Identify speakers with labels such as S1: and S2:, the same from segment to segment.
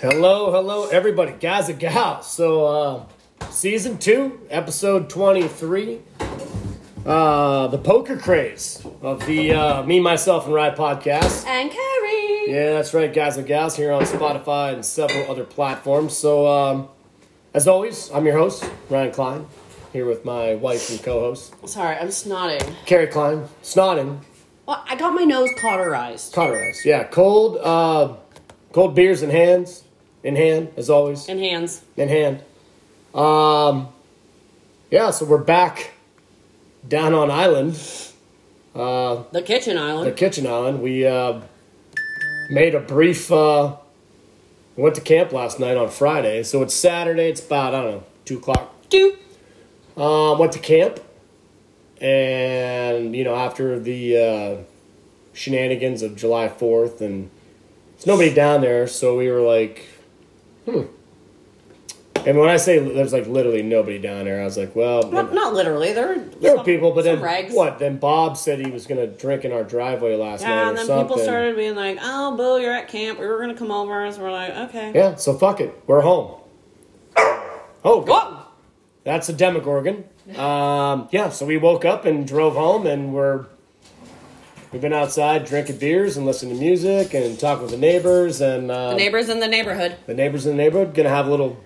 S1: Hello, hello, everybody, guys and gals. So, uh, season two, episode 23, uh, the poker craze of the uh, Me, Myself, and Rye podcast.
S2: And Carrie.
S1: Yeah, that's right, guys and gals, here on Spotify and several other platforms. So, um, as always, I'm your host, Ryan Klein, here with my wife and co host,
S2: Sorry, I'm snotting.
S1: Carrie Klein, snotting,
S2: Well, I got my nose cauterized.
S1: cauterized. Yeah, cold, uh, cold beers in hands, in hand, as always.
S2: And hands.
S1: in hand. Um, yeah, so we're back down on island,
S2: The kitchen
S1: the
S2: island.
S1: kitchen island. We uh, made a brief. Uh, went to camp last night on Friday, so it's Saturday. It's about I don't know two o'clock.
S2: Doop.
S1: Um, went to camp, and you know after the uh, shenanigans of July Fourth, and there's nobody down there, so we were like, hmm. And when I say there's like literally nobody down there, I was like, well,
S2: Not, not literally. There were,
S1: there were
S2: some-
S1: people, but
S2: some
S1: then
S2: rags.
S1: what? Then Bob said he was gonna drink in our driveway last night
S2: Yeah,
S1: or
S2: and then
S1: something.
S2: people started being like, oh, Boo, you're at camp. We were going to come over. So we're like, okay.
S1: Yeah, so fuck it, we're home. Oh,
S2: Whoa!
S1: That's a Demogorgon. Um, yeah, so we woke up and drove home, and we're we've been outside drinking beers and listening to music and talking with the neighbors and uh,
S2: The neighbors in the neighborhood.
S1: the neighbors in the neighborhood. Gonna have a little,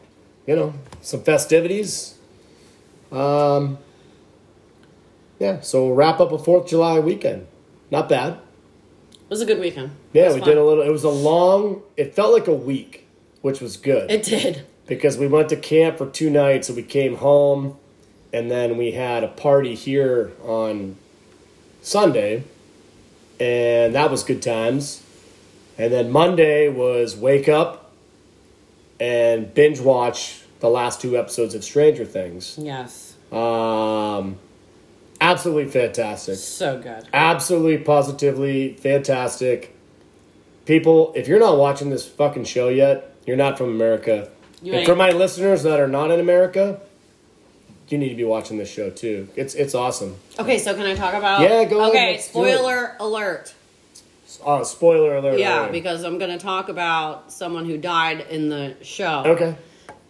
S1: you know, some festivities. Um, yeah, so we'll wrap up a Fourth of July weekend. Not bad.
S2: It was a good weekend. It
S1: Yeah,
S2: was
S1: we
S2: fun.
S1: did a little. It was a long. It felt like a week, which was good
S2: It did.
S1: because we went to camp for two nights and we came home and then we had a party here on sunday and that was good times and then monday was wake up and binge watch the last two episodes of stranger things
S2: Yes.
S1: um, absolutely fantastic
S2: So good.
S1: absolutely positively fantastic people if you're not watching this fucking show yet you're not from america
S2: You
S1: and
S2: ain't.
S1: for my listeners that are not in america you need to be watching this show too it's it's awesome
S2: Okay, so can I talk about.
S1: Yeah, go ahead,
S2: Okay,
S1: let's do it.
S2: spoiler alert.
S1: oh spoiler alert
S2: Yeah,
S1: alert.
S2: because I'm going to talk about someone who died in the show.
S1: okay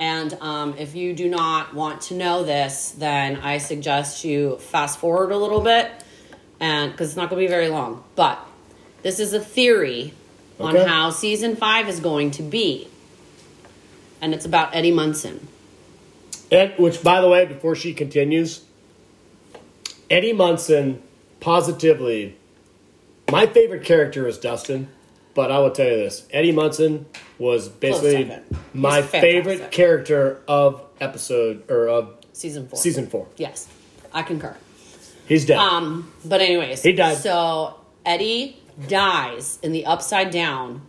S2: And um, if you do not want to know this, then I suggest you fast forward a little bit, and because it's not going to be very long. But this is a theory on
S1: Okay.
S2: how season five is going to be, and it's about Eddie Munson.
S1: and, which by the way before she continues eddie munson positively my favorite character is dustin but i will tell you this eddie munson was basically
S2: second. He's
S1: my favorite
S2: fantastic.
S1: character of episode or of
S2: Season four.
S1: season four.
S2: Yes, I concur.
S1: He's dead.
S2: Um, but anyways,
S1: He died.
S2: So Eddie dies in the Upside Down.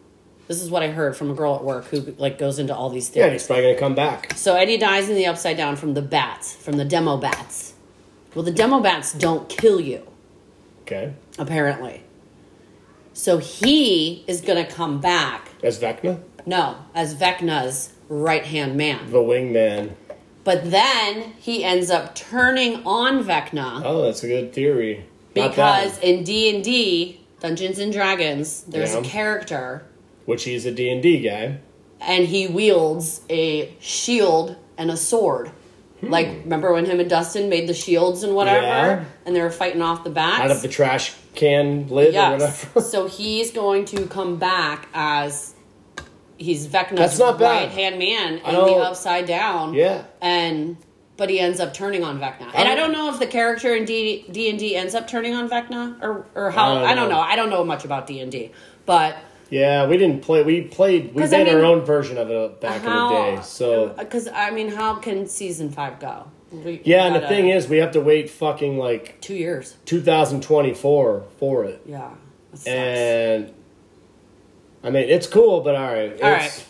S2: This is what I heard from a girl at work who like goes into all these
S1: yeah,
S2: theories.
S1: and he's probably gonna come back.
S2: So Eddie dies in the upside down from the bats, from the demo bats. Well, the demo bats don't kill you,
S1: Okay,
S2: apparently. So he is going to come back,
S1: as Vecna,
S2: no, as Vecna's right hand man.
S1: the wingman.
S2: But then he ends up turning on Vecna
S1: Oh, that's a good theory. Not that
S2: because in D&D, Dungeons and Dragons, there's a
S1: Yeah.
S2: character
S1: one, which he's a D and D guy.
S2: and he wields a shield and a sword. Like, remember when him and Dustin made the shields and whatever?
S1: Hmm. Yeah.
S2: And they were fighting off the bats?
S1: Out of the trash can lid or
S2: yes.
S1: whatever.
S2: so he's going to come back as he's
S1: That's
S2: Vecna's
S1: not bad.
S2: right hand man
S1: I
S2: in the
S1: don't-
S2: upside down.
S1: Yeah.
S2: And but he ends up turning on Vecna. And I don't know if the character in D D and D ends up turning on Vecna or or how I don't, know. I don't know much about D and D. But
S1: yeah, we didn't play. We played. We
S2: 'Cause
S1: did
S2: I
S1: our
S2: mean,
S1: own version of it back in the day. So
S2: because I mean, how can season five go? We-
S1: yeah, and
S2: we
S1: the
S2: gotta-
S1: thing is, we have to wait fucking like
S2: two years.
S1: 2024 for it.
S2: Yeah. that sucks.
S1: And I mean, it's cool, but all right.
S2: All
S1: It's-
S2: right.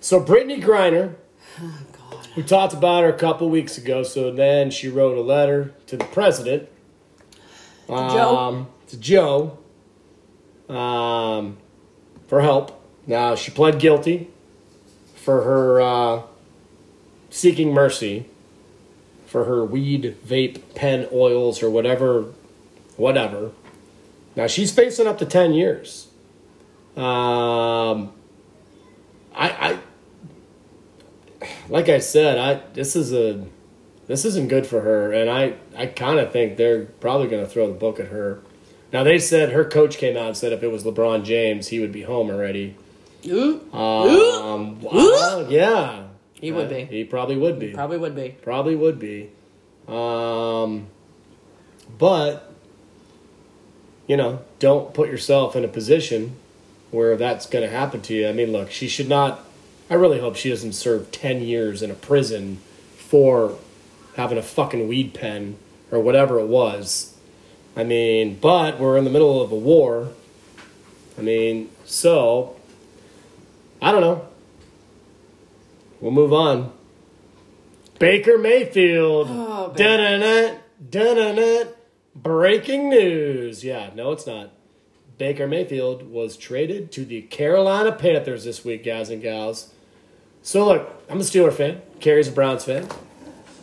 S1: So Brittany Griner,
S2: Oh, God.
S1: we talked about her a couple weeks ago. So then she wrote a letter to the president,
S2: Joe?
S1: um, to Joe, um, for help. Now she pled guilty for her uh, seeking mercy for her weed, vape, pen oils, or whatever, whatever. Now she's facing up to ten years. Um, I, I, like I said, I this is a this isn't good for her, and I I kind of think they're probably going to throw the book at her. Now they said her coach came out and said if it was LeBron James, he would be home already.
S2: Ooh,
S1: Um, wow, yeah,
S2: He would be.
S1: He probably would be.
S2: probably would be.
S1: Probably would be. Um, but, you know, don't put yourself in a position where that's going to happen to you. I mean, look, she should not. I really hope she doesn't serve 10 years in a prison for having a fucking weed pen or whatever it was. I mean, but we're in the middle of a war. I mean, so, I don't know. We'll move on. Baker Mayfield.
S2: Oh, Baker.
S1: Dun-dun-dun, dun-dun-dun. Breaking news. Yeah, no, it's not. Baker Mayfield was traded to the Carolina Panthers this week, guys and gals. So look, I'm a Steeler fan. Carrie's a Browns fan.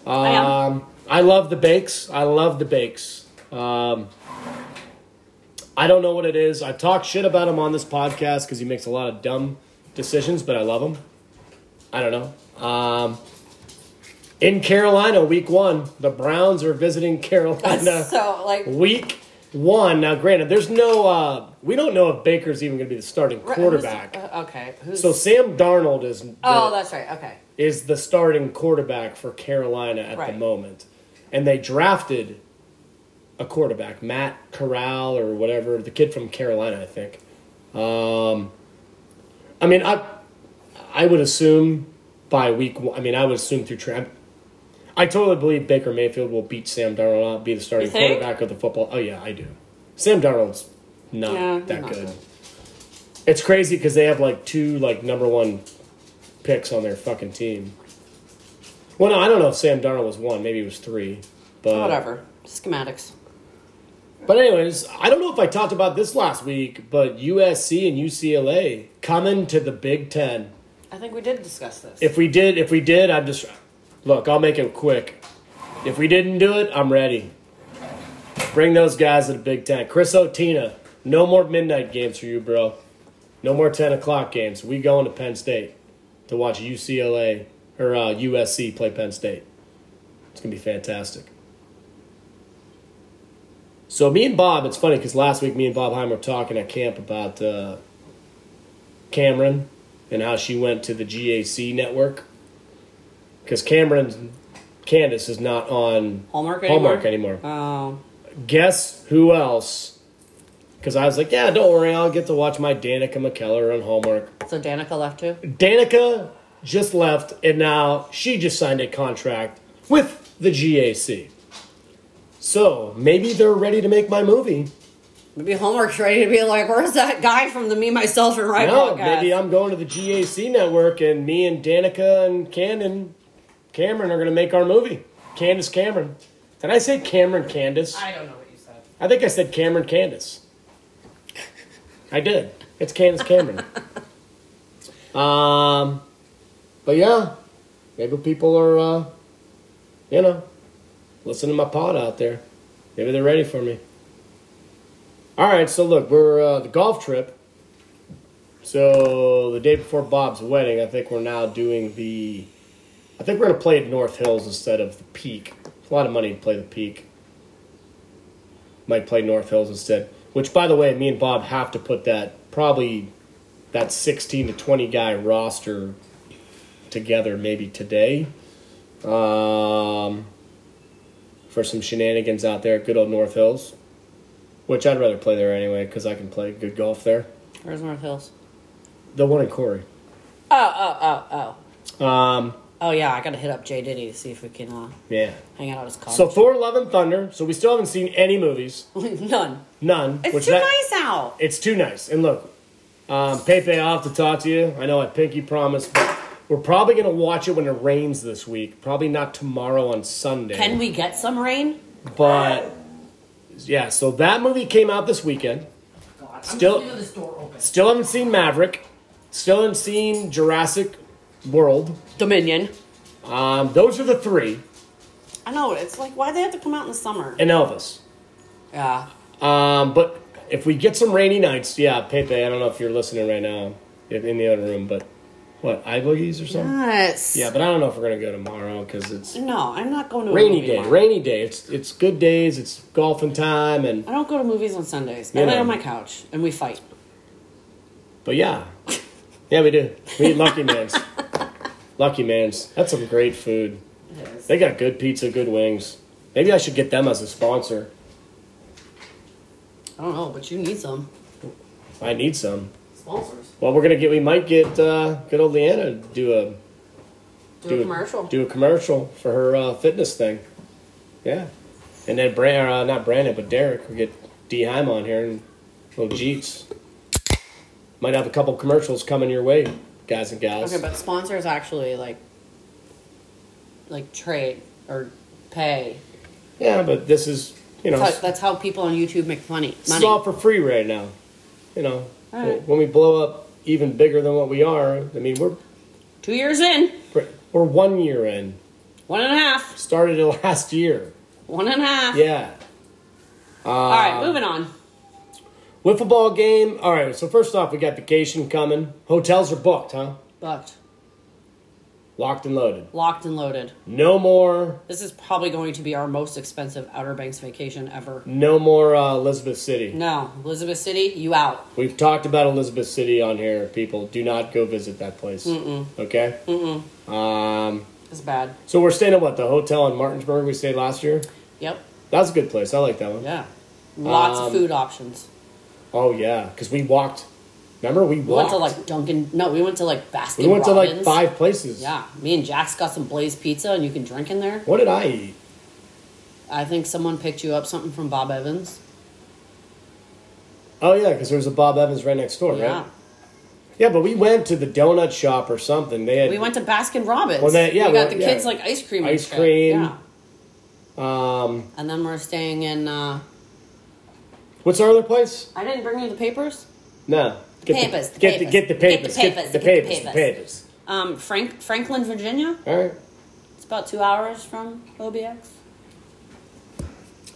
S2: I am.
S1: Um, I love the bakes. I love the bakes. Um, I don't know what it is. I talk shit about him on this podcast because he makes a lot of dumb decisions, but I love him. I don't know. Um, in Carolina, week one, the Browns are visiting Carolina.
S2: So like
S1: Week one. Now, granted, there's no. Uh, we don't know if Baker's even going to be the starting
S2: who's-
S1: quarterback.
S2: uh, okay. Who's,
S1: so Sam Darnold is the,
S2: oh, that's right. Okay.
S1: is the starting quarterback for Carolina at the
S2: Right.
S1: moment, and they drafted a quarterback, Matt Corral or whatever, the kid from Carolina, I think. Um, I mean, I I would assume by week. One, I mean, I would assume through trap. I totally believe Baker Mayfield will beat Sam Darnold, out, be the starting
S2: You think?
S1: quarterback of the football. Oh yeah, I do. Sam Darnold's not
S2: Yeah, he's
S1: that
S2: not
S1: good.
S2: good.
S1: It's crazy because they have like two like number one picks on their fucking team. Well, no, I don't know if Sam Darnold was one. Maybe it was three. But
S2: Whatever. Schematics.
S1: But anyways, I don't know if I talked about this last week, but USC and UCLA coming to the Big Ten.
S2: I think we did discuss this.
S1: If we did, if we did, I'm just look. I'll make it quick. If we didn't do it, I'm ready. Bring those guys to the Big Ten. Chris Otina, no more midnight games for you, bro. No more ten o'clock games. We going to Penn State to watch UCLA or uh, USC play Penn State. It's gonna be fantastic. So me and Bob, it's funny because last week me and Bob Heim were talking at camp about uh, Cameron and how she went to the GAC network because Cameron Candace is not on
S2: Hallmark anymore?
S1: Hallmark anymore.
S2: Oh.
S1: Guess who else? Because I was like, yeah, don't worry, I'll get to watch my Danica McKellar on Hallmark.
S2: So Danica left too?
S1: Danica just left, and now she just signed a contract with the GAC. So maybe they're ready to make my movie.
S2: Maybe Hallmark's ready to be like, where's that guy from the Me, Myself, and I
S1: No,
S2: podcast?
S1: maybe I'm going to the GAC network, and me and Danica and Cannon, Cameron are going to make our movie. Candace Cameron. Did I say Cameron Candace?
S3: I don't know what you said.
S1: I think I said Cameron Candace. I did. It's Candace Cameron. um, but yeah, maybe people are, uh, you know, listening to my pod out there. Maybe they're ready for me. All right, so look, we're uh, the golf trip. So the day before Bob's wedding, I think we're now doing the. I think we're gonna play at North Hills instead of the Peak. It's a lot of money to play the Peak might play North Hills instead. Which, by the way, me and Bob have to put that probably that sixteen to twenty guy roster together maybe today um, for some shenanigans out there at good old North Hills. Which I'd rather play there anyway because I can play good golf there.
S2: Where's North Hills?
S1: The one in Corey.
S2: Oh, oh, oh, oh.
S1: Um,
S2: Oh, yeah, I gotta hit up Jay Diddy to see if we can uh,
S1: yeah.
S2: hang out at his college.
S1: So Thor: Love and Thunder. So we still haven't seen any movies,
S2: None.
S1: none.
S2: It's
S1: which
S2: too
S1: that-
S2: nice out.
S1: It's too nice. And look, um, Pepe, I'll have to talk to you. I know I pinky promised, but we're probably going to watch it when it rains this week. Probably not tomorrow on Sunday.
S2: Can we get some rain?
S1: But yeah, so that movie came out this weekend.
S3: God, I'm
S1: Still-
S3: just leaving this door open.
S1: Still haven't seen Maverick. Still haven't seen Jurassic World.
S2: Dominion.
S1: Um, those are the three.
S2: I know it's like why they have to come out in the summer.
S1: and Elvis.
S2: yeah.
S1: Um, but if we get some rainy nights, yeah, Pepe. I don't know if you're listening right now if- in the other room, but what Ibogies or something?
S2: Yes.
S1: Yeah, but I don't know if we're gonna go tomorrow because it's
S2: No, I'm not going to a
S1: rainy
S2: movie
S1: day.
S2: tomorrow.
S1: Rainy day. It's it's good days. It's golfing time, and
S2: I don't go to movies on Sundays.
S1: You
S2: I lay
S1: know.
S2: on my couch and we fight.
S1: but yeah, yeah, we do. We eat Lucky Man's. Lucky Man's. That's some great food. They got good pizza, good wings. Maybe I should get them as a sponsor.
S2: I don't know, but you need some
S1: I need some.
S2: sponsors.
S1: Well, we're gonna get. We might get uh, good old Leanna to do a
S2: Do, a commercial.
S1: Do a commercial for her uh, fitness thing. Yeah, and then Brand, uh, not Brandon, but Derek. We get D Heim on here and little Jeets. Might have a couple commercials coming your way, guys and gals.
S2: okay, but sponsors actually like like trade or pay.
S1: yeah, but this is you know
S2: That's how, that's how people on YouTube make money.
S1: it's
S2: Money.
S1: all for free right now. You know,
S2: All right.
S1: when we blow up even bigger than what we are, I mean we're
S2: Two years in,
S1: we're one year in.
S2: one and a half,
S1: Started it last year.
S2: one and a half.
S1: Yeah.
S2: All right, moving on.
S1: Wiffle ball game. All right. So first off, we got vacation coming. Hotels are booked, huh?
S2: Booked,
S1: Locked and loaded.
S2: locked and loaded.
S1: No more.
S2: This is probably going to be our most expensive Outer Banks vacation ever.
S1: No more uh, Elizabeth City.
S2: No, Elizabeth City, you out.
S1: We've talked about Elizabeth City on here. People, do not go visit that place. Okay. Mm-mm. Um.
S2: It's bad.
S1: So we're staying at what the hotel in Martinsburg we stayed last year.
S2: Yep.
S1: That's a good place. I like that one.
S2: Yeah. Lots
S1: Um,
S2: of food options.
S1: Oh yeah, because we walked. Remember we
S2: We went
S1: walked.
S2: to like Dunkin' No, we went to like Baskin
S1: we went to like
S2: Robbins.
S1: five places.
S2: Yeah. Me and Jax got some Blaze pizza and you can drink in there.
S1: What did I eat?
S2: I think someone picked you up something from Bob Evans.
S1: Oh yeah, because there was a Bob Evans right next door,
S2: Yeah.
S1: right? Yeah, but we went to the donut shop or something. They had
S2: We went to Baskin Robbins.
S1: Well, that- yeah,
S2: we
S1: well,
S2: got the
S1: yeah.
S2: kids like ice cream. and
S1: Ice
S2: shit.
S1: cream.
S2: Yeah.
S1: Um,
S2: And then we're staying in uh
S1: what's our other place?
S2: I didn't bring you the papers.
S1: No,
S2: papers, the
S1: get
S2: papers.
S1: the get the papers,
S2: Get the
S1: get
S2: papers,
S1: the
S2: get the
S1: papers, the
S2: papers.
S1: papers.
S2: Um Frank Franklin, Virginia.
S1: All right,
S2: It's about two hours from OBX.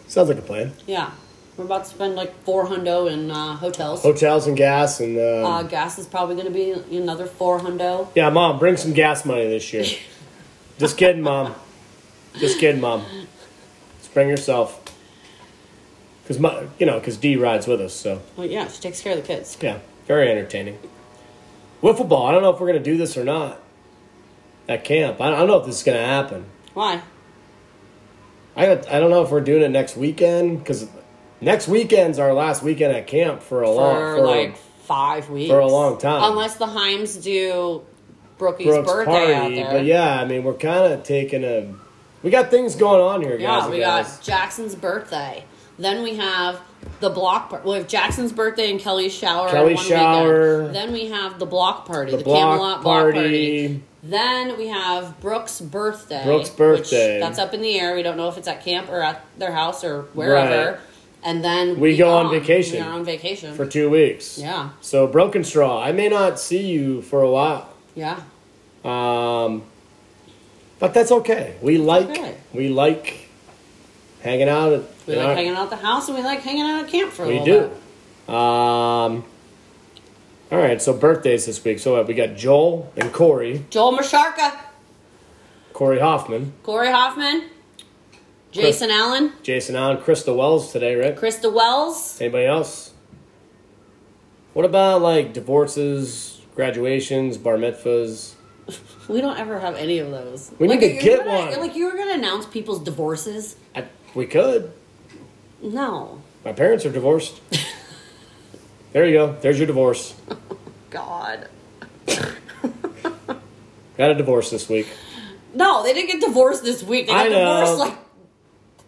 S1: sounds like a plan.
S2: Yeah. We're about to spend like four hundo in uh, hotels.
S1: Hotels and gas and uh,
S2: Uh, gas is probably going to be another four hundo.
S1: yeah, mom, bring some gas money this year. Just kidding, mom. Just kidding, mom. Just bring yourself, because you know, because D rides with us, so.
S2: Well, yeah, she takes care of the kids.
S1: Yeah, very entertaining. Wiffle ball. I don't know if we're gonna do this or not. At camp, I I don't know if this is gonna happen.
S2: Why?
S1: I got, I don't know if we're doing it next weekend because next weekend's our last weekend at camp for a
S2: For
S1: long for
S2: like five weeks.
S1: for a long time.
S2: Unless the Heims do Brookie's
S1: Brooks
S2: birthday out
S1: party.
S2: there.
S1: But yeah, I mean we're kind of taking a. We got things going on here, guys.
S2: Yeah,
S1: and
S2: we
S1: gals.
S2: got Jackson's birthday. Then we have the block party. We have Jackson's birthday and Kelly's shower. on
S1: Kelly's
S2: one
S1: shower.
S2: Weekend. Then we have the block party, the,
S1: the block
S2: Camelot
S1: party.
S2: block party. Then we have Brooke's birthday.
S1: Brooke's
S2: which
S1: birthday.
S2: that's up in the air. We don't know if it's at camp or at their house or wherever.
S1: Right.
S2: And then
S1: We go on
S2: gone.
S1: vacation.
S2: We are on vacation.
S1: for two weeks.
S2: yeah.
S1: So broken straw. I may not see you for a while.
S2: Yeah.
S1: Um, but that's okay. We like
S2: okay.
S1: we like hanging out. At,
S2: We like hanging out at the house and we like hanging out at camp for a
S1: We
S2: little
S1: do.
S2: bit.
S1: Um, all right. So birthdays this week. So uh, we got Joel and Corey,
S2: Joel Masharka,
S1: Corey Hoffman,
S2: Corey Hoffman, Jason Allen,
S1: Jason Allen, Krista Wells today, right?
S2: Krista Wells.
S1: Anybody else? What about like divorces, graduations, bar mitzvahs?
S2: We don't ever have any of those.
S1: We need
S2: like,
S1: to
S2: you're
S1: get
S2: gonna-
S1: one.
S2: Like you were gonna announce people's divorces?
S1: I, we could.
S2: No.
S1: My parents are divorced. there you go. There's your divorce.
S2: God.
S1: Got a divorce this week.
S2: No, they didn't get divorced this week. They got
S1: I know.
S2: divorced like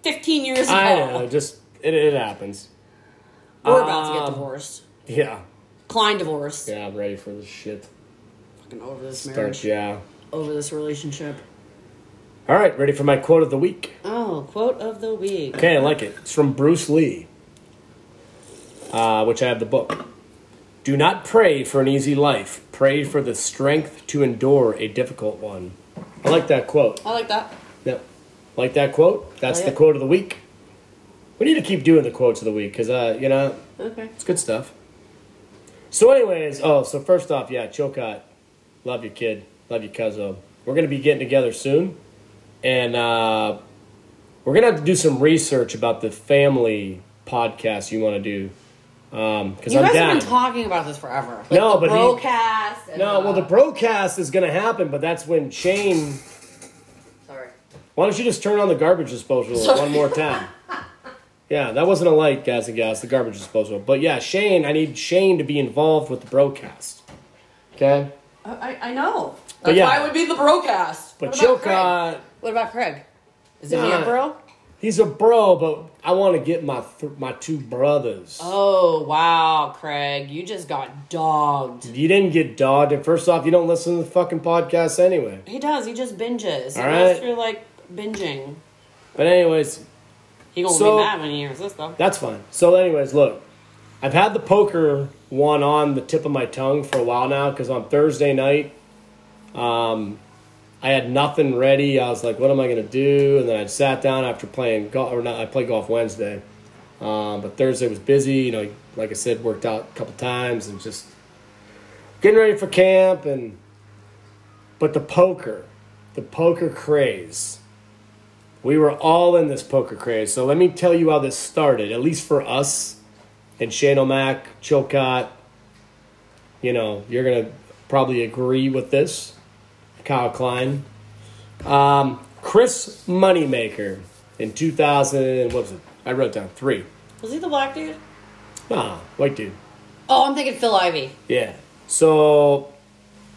S2: fifteen years ago.
S1: I know. Just it, it happens.
S2: We're about to get
S1: Um,
S2: divorced.
S1: Yeah.
S2: Klein divorced.
S1: Yeah. I'm ready for this shit.
S2: Fucking over this marriage.
S1: Starts. Yeah.
S2: Over this relationship.
S1: All right. Ready for my quote of the week.
S2: Oh, quote of the week.
S1: Okay, I like it. It's from Bruce Lee, uh, which I have the book. Do not pray for an easy life. Pray for the strength to endure a difficult one. I like that quote.
S2: I like that.
S1: Yep. Like that quote? That's
S2: Like
S1: the
S2: it.
S1: quote of the week. We need to keep doing the quotes of the week because, uh, you know,
S2: Okay.
S1: it's good stuff. So, anyways, oh, so first off, yeah, Chilcott, love you, kid, love you, Cuzzo. We're gonna be getting together soon, and uh, we're gonna have to do some research about the family podcast you want to do. Um, because
S2: You
S1: I'm
S2: guys
S1: down.
S2: have been talking about this forever. Like
S1: No,
S2: the
S1: but he-
S2: broadcast. and,
S1: no, well, the
S2: uh,
S1: broadcast is gonna happen, but that's when Shane.
S2: Sorry.
S1: Why don't you just turn on the garbage disposal
S2: Sorry.
S1: one more time? Yeah, that wasn't a light, guys and gals, the garbage disposal. But yeah, Shane, I need Shane to be involved with the broadcast. Okay?
S2: I, I know.
S1: But
S2: That's
S1: yeah.
S2: why it would be the broadcast.
S1: But
S2: What about
S1: Chilcott,
S2: Craig? What about Craig? Is it
S1: Nah.
S2: me a bro?
S1: he's a bro, but I want to get my th- my two brothers.
S2: Oh wow, Craig, you just got dogged.
S1: You didn't get dogged. And first off, you don't listen to the fucking podcast anyway.
S2: He does. He just binges. He
S1: All
S2: goes
S1: right.
S2: through like binging.
S1: But anyways,
S2: He gonna
S1: So-
S2: be mad when he hears this though.
S1: That's fine. So, anyways, look, I've had the poker one on the tip of my tongue for a while now because on Thursday night, um, I had nothing ready. I was like, "What am I gonna do?" And then I sat down after playing golf, or not. I played golf Wednesday, um, but Thursday was busy. You know, like I said, worked out a couple times and just getting ready for camp. And but the poker, the poker craze. We were all in this poker craze. So let me tell you how this started, at least for us and Shane O'Mac, Chilcott. You know, you're going to probably agree with this, Kyle Klein. Um, Chris Moneymaker in 2000, what was it? I wrote down three.
S2: Was he the black dude?
S1: Ah, white dude.
S2: Oh, I'm thinking Phil Ivy.
S1: Yeah. So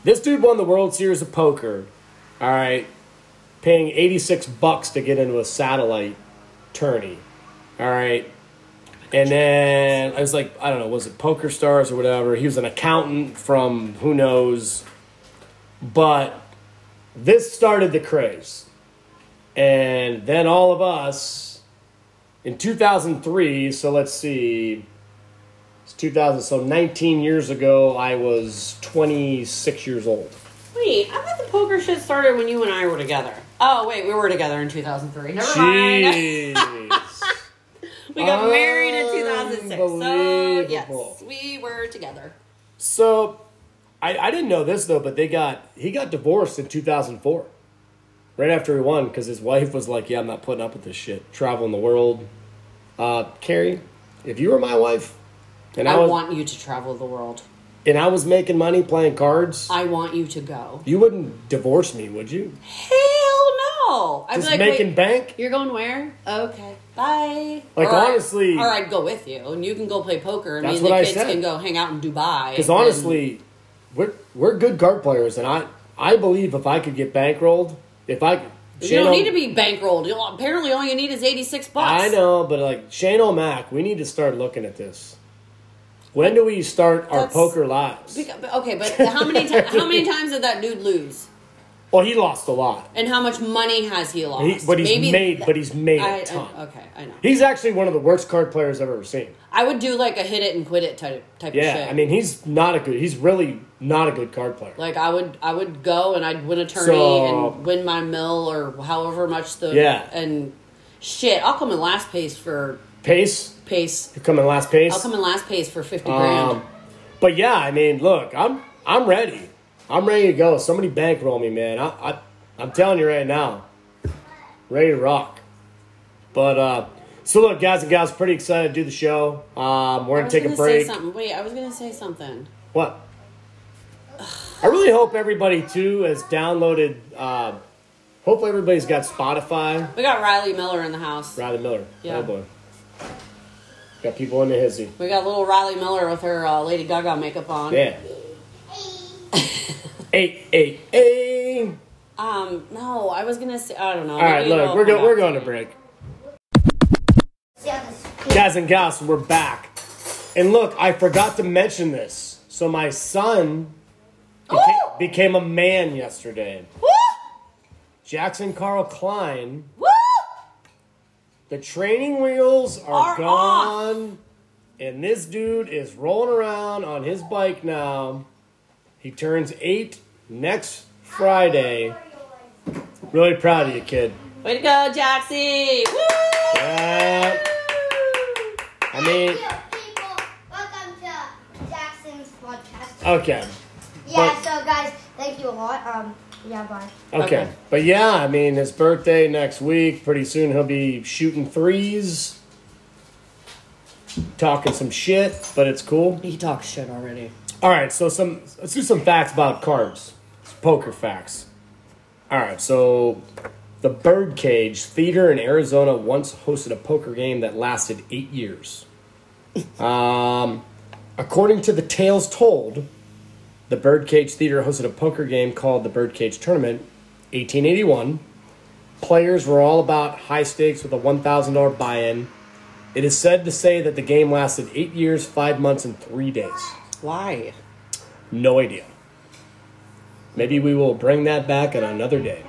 S1: this dude won the World Series of Poker. All right. Paying 86 bucks to get into a satellite tourney. All right. And then I was like, I don't know, was it Poker Stars or whatever? He was an accountant from who knows. But this started the craze. And then all of us in 2003, so let's see, it's 2000, so 19 years ago, I was 26 years old.
S2: Wait, I thought the poker shit started when you and I were together. Oh wait, we were together in 2003. Never mind.
S1: Jeez.
S2: We got married in 2006. So
S1: Unbelievable.
S2: yes, we were together.
S1: so I, I didn't know this though, but they got, he got divorced in 2004. Right after he won, because his wife was like, yeah, I'm not putting up with this shit. Traveling the world. Uh, Carrie, if you were my wife, and I,
S2: I
S1: was,
S2: want you to travel the world.
S1: and I was making money playing cards,
S2: I want you to go.
S1: you wouldn't divorce me, would you?
S2: Hell no! I'd be
S1: Just
S2: like,
S1: making
S2: wait,
S1: bank?
S2: you're going where? Okay, bye.
S1: Like,
S2: Or I-
S1: honestly-
S2: or I'd go with you, and you can go play poker, and
S1: That's
S2: me
S1: what
S2: and
S1: I
S2: the kids
S1: said.
S2: can go hang out in Dubai.
S1: Because honestly, we're we're good card players, and I I believe if I could get bankrolled, if I
S2: you don't need to be bankrolled. You- apparently, all you need is eighty six bucks.
S1: I know, but like Shane O'Mac, we need to start looking at this. When do we start our
S2: That's-
S1: poker lives?
S2: Beca- but- Okay, but how many ti- how many times did that dude lose?
S1: well, he lost a lot,
S2: And how much money has he lost?
S1: he, but he's
S2: Maybe
S1: made
S2: th-
S1: but he's made
S2: I-
S1: a ton.
S2: I- okay, I know.
S1: He's actually one of the worst card players I've ever seen.
S2: I would do like a hit it and quit it type type of
S1: Yeah,
S2: shit.
S1: I mean he's not a good. He's really not a good card player.
S2: Like I would, I would go and I'd win a tourney
S1: So-
S2: and win my mill or however much the
S1: Yeah.
S2: and shit. I'll come in last pace for
S1: Pace,
S2: pace.
S1: you come in last pace.
S2: I'll come in last pace for fifty grand.
S1: Um, but yeah, I mean, look, I'm I'm ready. I'm ready to go. Somebody bankroll me, man. I, I I'm telling you right now, ready to rock. But uh, so look, guys and gals, pretty excited to do the show. Um, we're
S2: I
S1: gonna
S2: was
S1: take a
S2: gonna Say
S1: break.
S2: something. Wait, I was gonna say something.
S1: What? I really hope everybody too has downloaded. Uh, hopefully, everybody's got Spotify.
S2: We got Riley Miller in the house.
S1: Riley Miller.
S2: Yeah.
S1: Oh boy. Got people in the hizzy.
S2: We got little Riley Miller with her uh, Lady Gaga makeup on.
S1: Yeah. Eight, eight, eight.
S2: Um. No, I was gonna say. I don't know.
S1: All right, look, we're going. We're going to break, guys and gals. We're back, and look, I forgot to mention this. So my son beca-
S2: Ooh!
S1: became a man yesterday.
S2: Woo!
S1: Jackson Carl Klein.
S2: Woo!
S1: The training wheels are,
S2: Are
S1: gone, and this dude is rolling around on his bike now. He turns eight next Friday. Really proud of you, kid.
S2: Way to go, Jaxie! Woo!
S1: Yeah. I mean,
S4: people. Welcome to Jackson's podcast.
S1: okay,
S4: yeah,
S1: but-
S4: so guys, thank you a lot. Um, yeah, bye.
S1: okay,
S2: Okay.
S1: but yeah, I mean, his birthday next week. Pretty soon he'll be shooting threes, talking some shit, but it's cool.
S2: He talks shit already.
S1: All right, so some let's do some facts about cards, poker facts. All right, so the Birdcage Theater in Arizona once hosted a poker game that lasted eight years. Um, according to the tales told, the Birdcage Theater hosted a poker game called the Birdcage Tournament, 1881. Players were all about high stakes with a $1,000 buy-in. It is said to say that the game lasted eight years, five months, and three days.
S2: Why?
S1: No idea. Maybe we will bring that back on another day.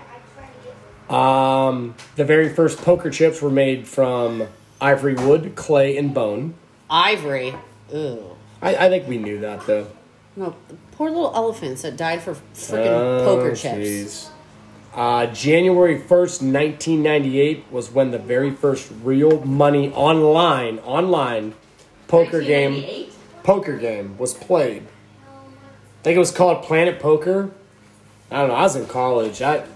S1: Um, the very first poker chips were made from ivory wood, clay, and bone.
S2: Ivory. Ooh.
S1: I, I think we knew that though.
S2: No, poor little elephants that died for freaking
S1: Oh,
S2: poker chips.
S1: jeez. Uh, January 1st, 1998 was when the very first real money online, online poker game, poker game was played. I think it was called Planet Poker. I don't know. I was in college. I, I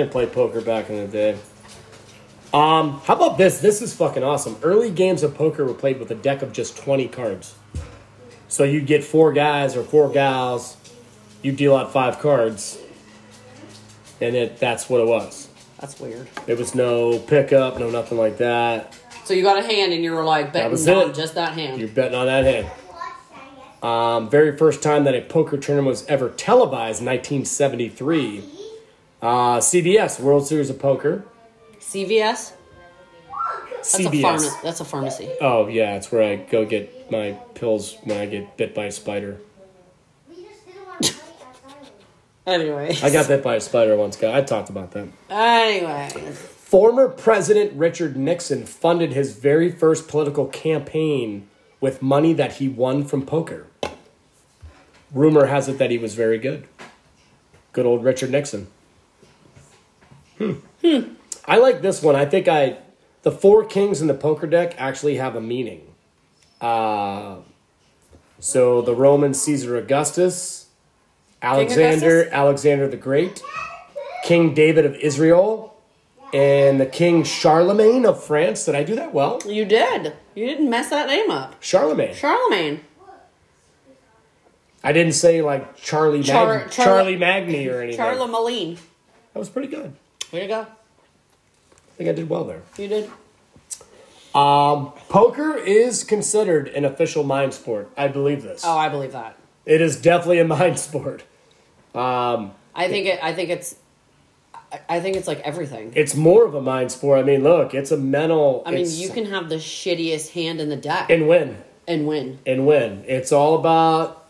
S1: didn't play poker back in the day. Um, how about this? This is fucking awesome. Early games of poker were played with a deck of just 20 cards. So you'd get four guys or four gals, you deal out five cards, and it, that's what it was.
S2: That's weird.
S1: There was no pickup, no nothing like that.
S2: So you got a hand and you were like betting
S1: was
S2: on
S1: it.
S2: just that hand.
S1: You're betting on that hand. Um, very first time that a poker tournament was ever televised, 1973. Uh, CBS World Series of Poker.
S2: CVS? That's a
S1: CBS.
S2: pharma- That's a pharmacy.
S1: oh yeah, it's where I go get my pills when I get bit by a spider.
S2: Anyway.
S1: I got bit by a spider once, guy. I talked about that.
S2: Anyway.
S1: Former President Richard Nixon funded his very first political campaign with money that he won from poker. Rumor has it that he was very good. Good old Richard Nixon. Hmm. I like this one. I think I the four kings in the poker deck actually have a meaning. Uh, so the Roman Caesar Augustus, Alexander,
S2: Augustus?
S1: Alexander the Great, King David of Israel, and the King Charlemagne of France. Did I do that well?
S2: You did. You didn't mess that name up.
S1: Charlemagne.
S2: Charlemagne.
S1: I didn't say like Charlie
S2: Char-
S1: Mag-
S2: Char-
S1: Charlie Magni or anything.
S2: Charlemagne.
S1: that was pretty good.
S2: Way to go.
S1: I think I did well there.
S2: You did.
S1: Um, poker is considered an official mind sport. I believe this.
S2: Oh, I believe that.
S1: It is definitely a mind sport.
S2: I think it. I think it's. I- I think it's like everything.
S1: It's more of a mind sport. I mean, look, it's a mental.
S2: I mean,
S1: it's-
S2: you can have the shittiest hand in the deck
S1: and win
S2: and win.
S1: and win. It's all about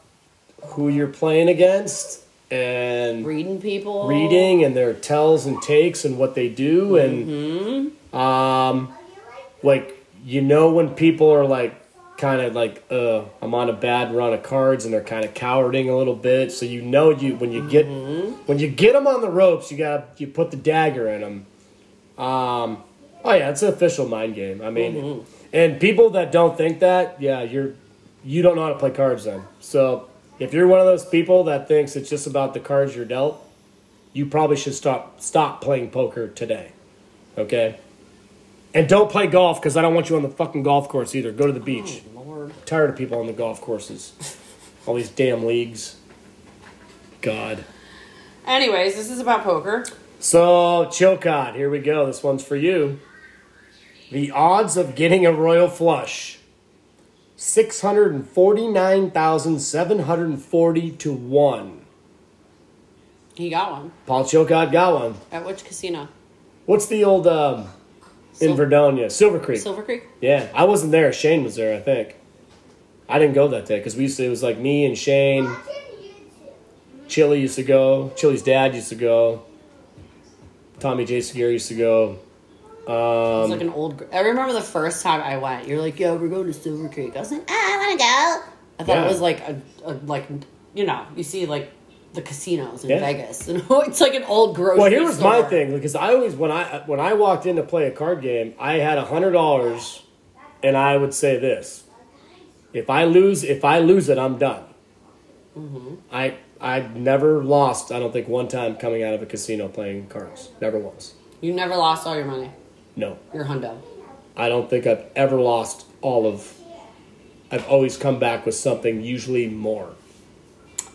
S1: who you're playing against and
S2: Reading people.
S1: reading and their tells and takes and what they do and um like you know when people are like kind of like uh I'm on a bad run of cards and they're kind of cowarding a little bit so you know you when you get when you get them on the ropes you got to you put the dagger in them um oh yeah it's an official mind game I mean and people that don't think that yeah you're you don't know how to play cards then so if you're one of those people that thinks it's just about the cards you're dealt you probably should stop stop playing poker today. Okay? And don't play golf because I don't want you on the fucking golf course either. Go to the beach.
S2: Lord.
S1: tired of people on the golf courses. All these damn leagues. God.
S2: Anyways, this is about poker.
S1: So, Chilcott, here we go. This one's for you. The odds of getting a royal flush 649,740 to 1.
S2: He got one
S1: Paul Chilcott got one.
S2: at which casino?
S1: What's the old um, in
S2: Sil-
S1: Verdonia? Silver Creek.
S2: Silver Creek.
S1: Yeah, I wasn't there. Shane was there, I think. I didn't go that day because we used to. It was like me and Shane. Chili used to go. Chili's dad used to go. Tommy J. Segura used to go. Um,
S2: It's like an old. gr- I remember the first time I went. You're like, "Yo, we're going to Silver Creek." I was like, "Ah, "I want to go." I thought
S1: Yeah.
S2: it was like a, a like you know you see like the casinos in
S1: Yeah.
S2: Vegas. And it's like an old grocery
S1: Well, here was my
S2: store.
S1: thing because I always when I when I walked in to play a card game, I had a hundred dollars, and I would say this: if I lose, if I lose it, I'm done. I I've never lost. I don't think one time coming out of a casino playing cards. Never once.
S2: You never lost all your money.
S1: No,
S2: Your hundo.
S1: I don't think I've ever lost all of. I've always come back with something, usually more.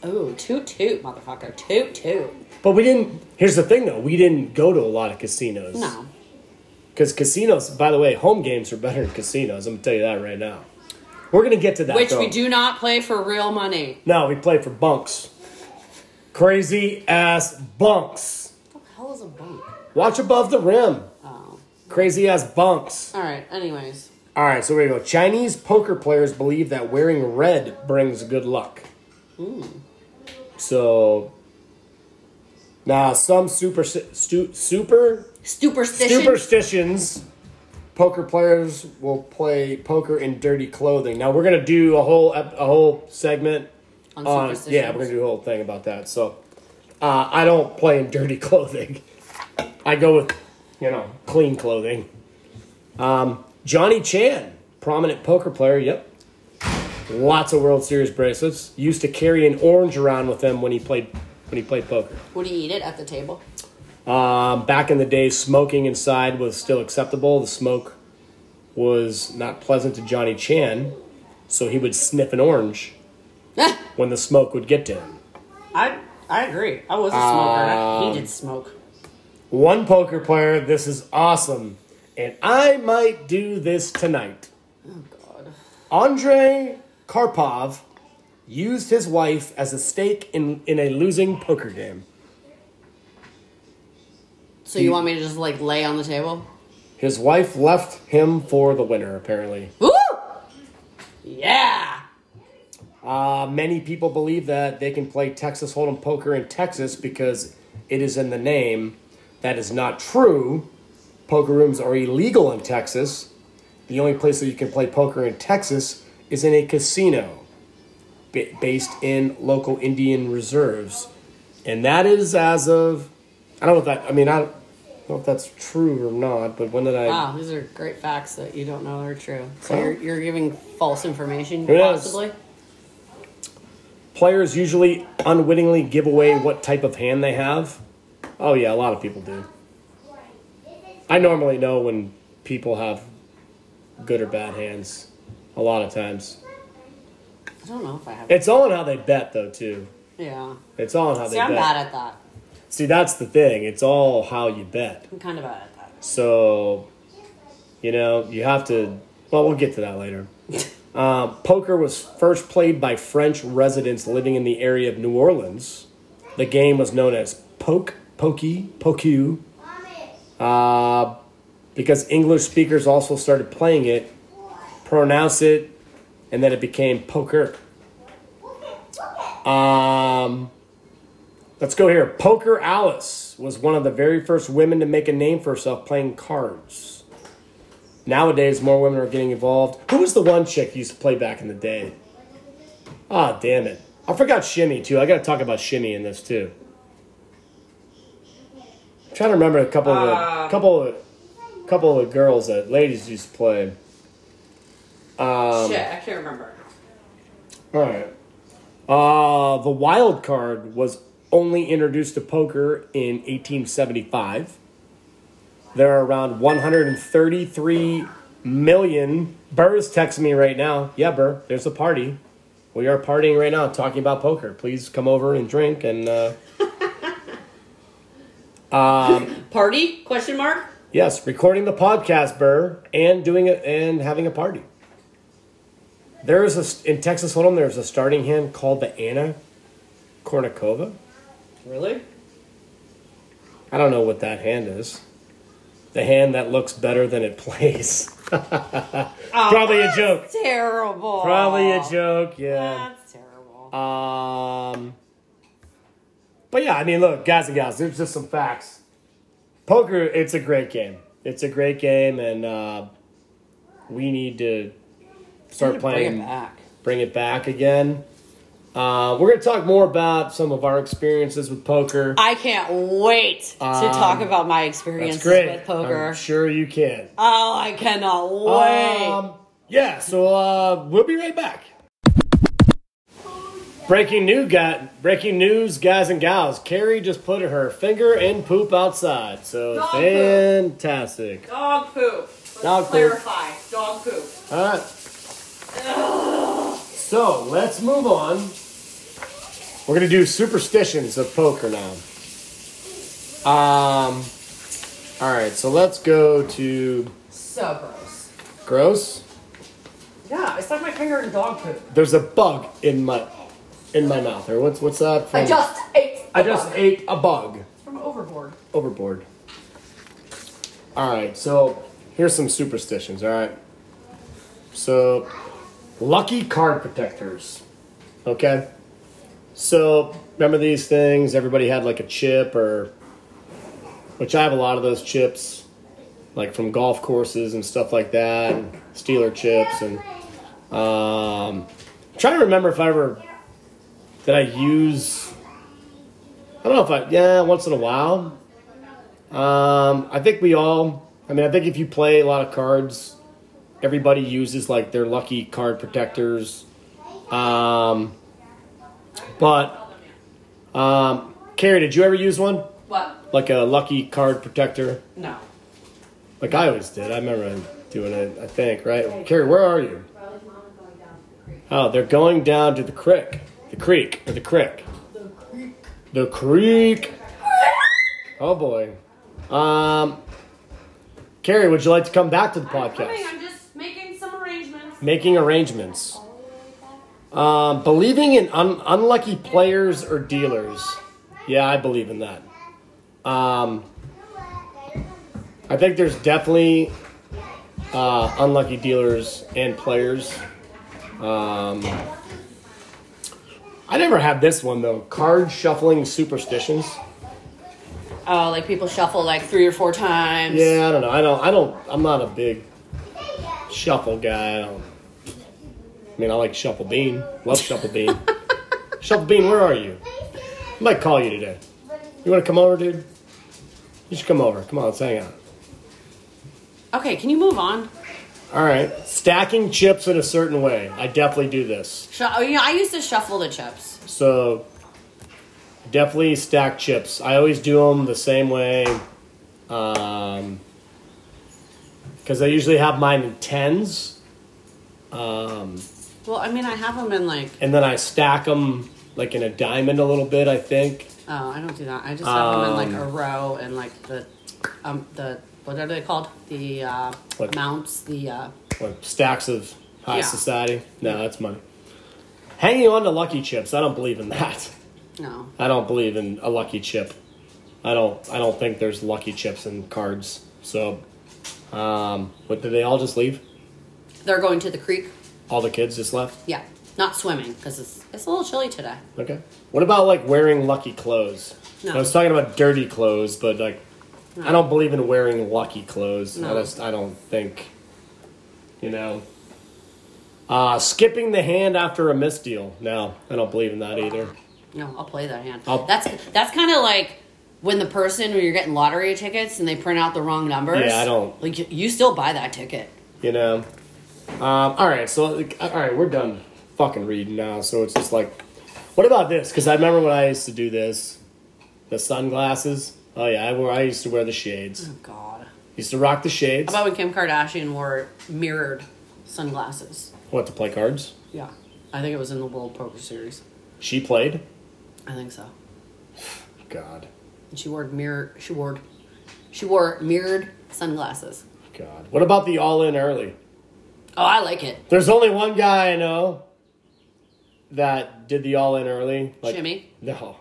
S2: Ooh, Oh, toot toot, motherfucker. Toot toot.
S1: But we didn't. Here's the thing, though: we didn't go to a lot of casinos.
S2: No.
S1: Because casinos, by the way, home games are better than casinos. I'm gonna tell you that right now. We're gonna get to that.
S2: Which
S1: though.
S2: we do not play for real money.
S1: No, we play for bunks. Crazy ass bunks.
S2: What the hell is a bunk?
S1: Watch above the rim.
S2: Oh.
S1: Crazy ass bunks.
S2: All right, anyways.
S1: All right, so here we go. Chinese poker players believe that wearing red brings good luck.
S2: Hmm.
S1: So now some super stu, super
S2: Superstition.
S1: superstitions. Poker players will play poker in dirty clothing. Now we're gonna do a whole ep- a whole segment
S2: on
S1: on
S2: superstitions.
S1: uh, yeah, we're gonna do a whole thing about that. So uh, I don't play in dirty clothing. I go with you know clean clothing. Um, Johnny Chan, prominent poker player. Yep. Lots of World Series bracelets. Used to carry an orange around with him when he played when he played poker.
S2: Would he eat it at the table?
S1: Um, back in the day, smoking inside was still acceptable. The smoke was not pleasant to Johnny Chan, so he would sniff an orange when the smoke would get to him.
S2: I I agree. I was a smoker. and I hated smoke.
S1: One poker player, this is awesome, and I might do this tonight.
S2: Oh god.
S1: Andre Karpov used his wife as a stake in, in a losing poker game.
S2: So you want me to just like lay on the table?
S1: His wife left him for the winner, apparently.
S2: Woo! Yeah.
S1: Uh, many people believe that they can play Texas Hold'em poker in Texas because it is in the name. That is not true. Poker rooms are illegal in Texas. The only place that you can play poker in Texas is in a casino ba- based in local Indian reserves. And that is as of, I don't know if that, I mean, I don't know if that's true or not, but when did I?
S2: Wow, these are great facts that you don't know are true. So you're, you're giving false information,
S1: Who knows?
S2: possibly.
S1: players usually unwittingly give away what type of hand they have. Oh yeah, a lot of people do. I normally know when people have good or bad hands. A lot of times,
S2: I don't know if I have.
S1: it's all on how they bet though too.
S2: yeah.
S1: It's all on how
S2: See,
S1: they
S2: I'm
S1: bet.
S2: bad at that.
S1: See, that's the thing. It's all how you bet.
S2: I'm kind of bad at that.
S1: So, you know, you have to. Well, we'll get to that later. Um, poker was first played by French residents living in the area of New Orleans. The game was known as poke, pokey, poku, uh, because English speakers also started playing it, pronounce it, and then it became poker. Um, let's go here. Poker Alice was one of the very first women to make a name for herself playing cards. Nowadays, more women are getting involved. Who was the one chick who used to play back in the day? Ah, damn it. I forgot Shimmy, too. I got to talk about Shimmy in this, too. I'm trying to remember a couple of the,
S3: Um,
S1: couple of, couple of the girls that ladies used to play. Um,
S2: Shit, I can't remember.
S1: all right. Uh, the wild card was only introduced to poker in 1875. There are around 133 million. Burr's texting me right now. Yeah, Burr, there's a party. We are partying right now, talking about poker. Please come over and drink. And uh,
S2: Party? Question mark?
S1: yes, recording the podcast, Burr, and doing it and having a party. There is a in Texas Hold'em. There's a starting hand called the Anna Kornikova.
S2: Really?
S1: I don't know what that hand is. The hand that looks better than it plays. Probably a joke.
S2: Oh, Terrible.
S1: Probably a joke, yeah.
S2: That's terrible.
S1: Um, but yeah, I mean, look, guys and gals, there's just some facts. Poker, it's a great game. It's a great game, and uh, we need to start
S2: Need to
S1: playing.
S2: Bring it back.
S1: bring it back again. Uh, we're going to talk more about some of our experiences with poker.
S2: I can't wait to
S1: Um,
S2: talk about my
S1: That's
S2: experiences
S1: great.
S2: with poker.
S1: I'm sure you can.
S2: oh, I cannot wait.
S1: Um, yeah, so uh, we'll be right back. Breaking news, got breaking news, guys and gals. Carrie just put her finger in poop outside, so
S2: Dog poop.
S1: fantastic.
S2: Dog poop. Let's
S1: Dog poop.
S2: clarify. Dog poop.
S1: All right. So let's move on. We're gonna do superstitions of poker now. Um. All right, so let's go to
S2: So gross.
S1: gross.
S2: Yeah, I stuck my finger in dog poop.
S1: There's a bug in my in my mouth. Or what's what's that? From?
S2: I just ate.
S1: I just ate a bug
S2: from overboard.
S1: overboard. All right, so here's some superstitions. All right, so lucky card protectors. Okay, so remember these things? Everybody had like a chip or, which I have a lot of those chips, like from golf courses and stuff like that, and Steeler chips and. Um, trying to remember if I ever did I use. I don't know if I yeah once in a while. Um, I think we all. I mean, I think if you play a lot of cards, everybody uses like their lucky card protectors. Um, but um, Carrie, did you ever use one
S2: What?
S1: like a lucky card protector?
S2: No.
S1: Like I always did. I remember doing it. I think right. Carrie, where are you? Oh, they're going down to the creek. The creek. Or the creek. The creek. Oh boy. Um Carrie, would you like to come back to the podcast?
S2: I'm just making some arrangements.
S1: Making arrangements. Um, believing in un- unlucky players or dealers. Yeah, I believe in that. Um, I think there's definitely uh, unlucky dealers and players. Um, I never had this one though. Card shuffling superstitions.
S2: Oh, like people shuffle like three or four times.
S1: Yeah, I don't know. I don't. I don't. I'm not a big shuffle guy. I, don't, I mean, I like shuffle bean. Love shuffle bean. shuffle bean, where are you? I might call you today. You want to come over, dude? You should come over. Come on, let's hang out.
S2: Okay, can you move on?
S1: All right. Stacking chips in a certain way. I definitely do this.
S2: Sh- oh, yeah, I used to shuffle the chips.
S1: So definitely stack chips. I always do them the same way. Um, because I usually have mine in tens, um,
S2: Well, I mean, I have them in like.
S1: and then I stack them like in a diamond a little bit. I think
S2: Oh, I don't do that. I just have them in like a
S1: Um,
S2: row and like the, um, the what are they called? The uh,
S1: What?
S2: mounts. The uh,
S1: like stacks of high
S2: Yeah.
S1: society. No, that's money. Hanging on to lucky chips. I don't believe in that.
S2: no.
S1: I don't believe in a lucky chip. I don't. I don't think there's lucky chips in cards. So, um, what did they all just leave?
S2: They're going to the creek.
S1: All the kids just left.
S2: Yeah, not swimming because it's it's a little chilly today.
S1: Okay. What about like wearing lucky clothes?
S2: No.
S1: I was talking about dirty clothes, but like, I don't believe in wearing lucky clothes. I
S2: No.
S1: just, I don't think, you know. Uh, skipping the hand after a misdeal. No, I don't believe in that either.
S2: No, I'll play that hand.
S1: I'll-
S2: that's that's kind of like when the person when you're getting lottery tickets and they print out the wrong numbers.
S1: Yeah, I don't-
S2: Like you, you still buy that ticket.
S1: You know. Um, all right, so like, all right, we're done fucking reading now. So it's just like, what about this? Because I remember when I used to do this, the sunglasses. Oh yeah, I wore. I used to wear the shades.
S2: Oh God.
S1: Used to rock the shades.
S2: How about when Kim Kardashian wore mirrored sunglasses?
S1: What to play cards?
S2: Yeah, I think it was in the World Poker Series.
S1: She played.
S2: I think so.
S1: God,
S2: And she wore mirror. She wore. She wore mirrored sunglasses.
S1: God. What about the all in early?
S2: Oh, I like it.
S1: There's only one guy I know that did the all in early.
S2: Jimmy?
S1: No.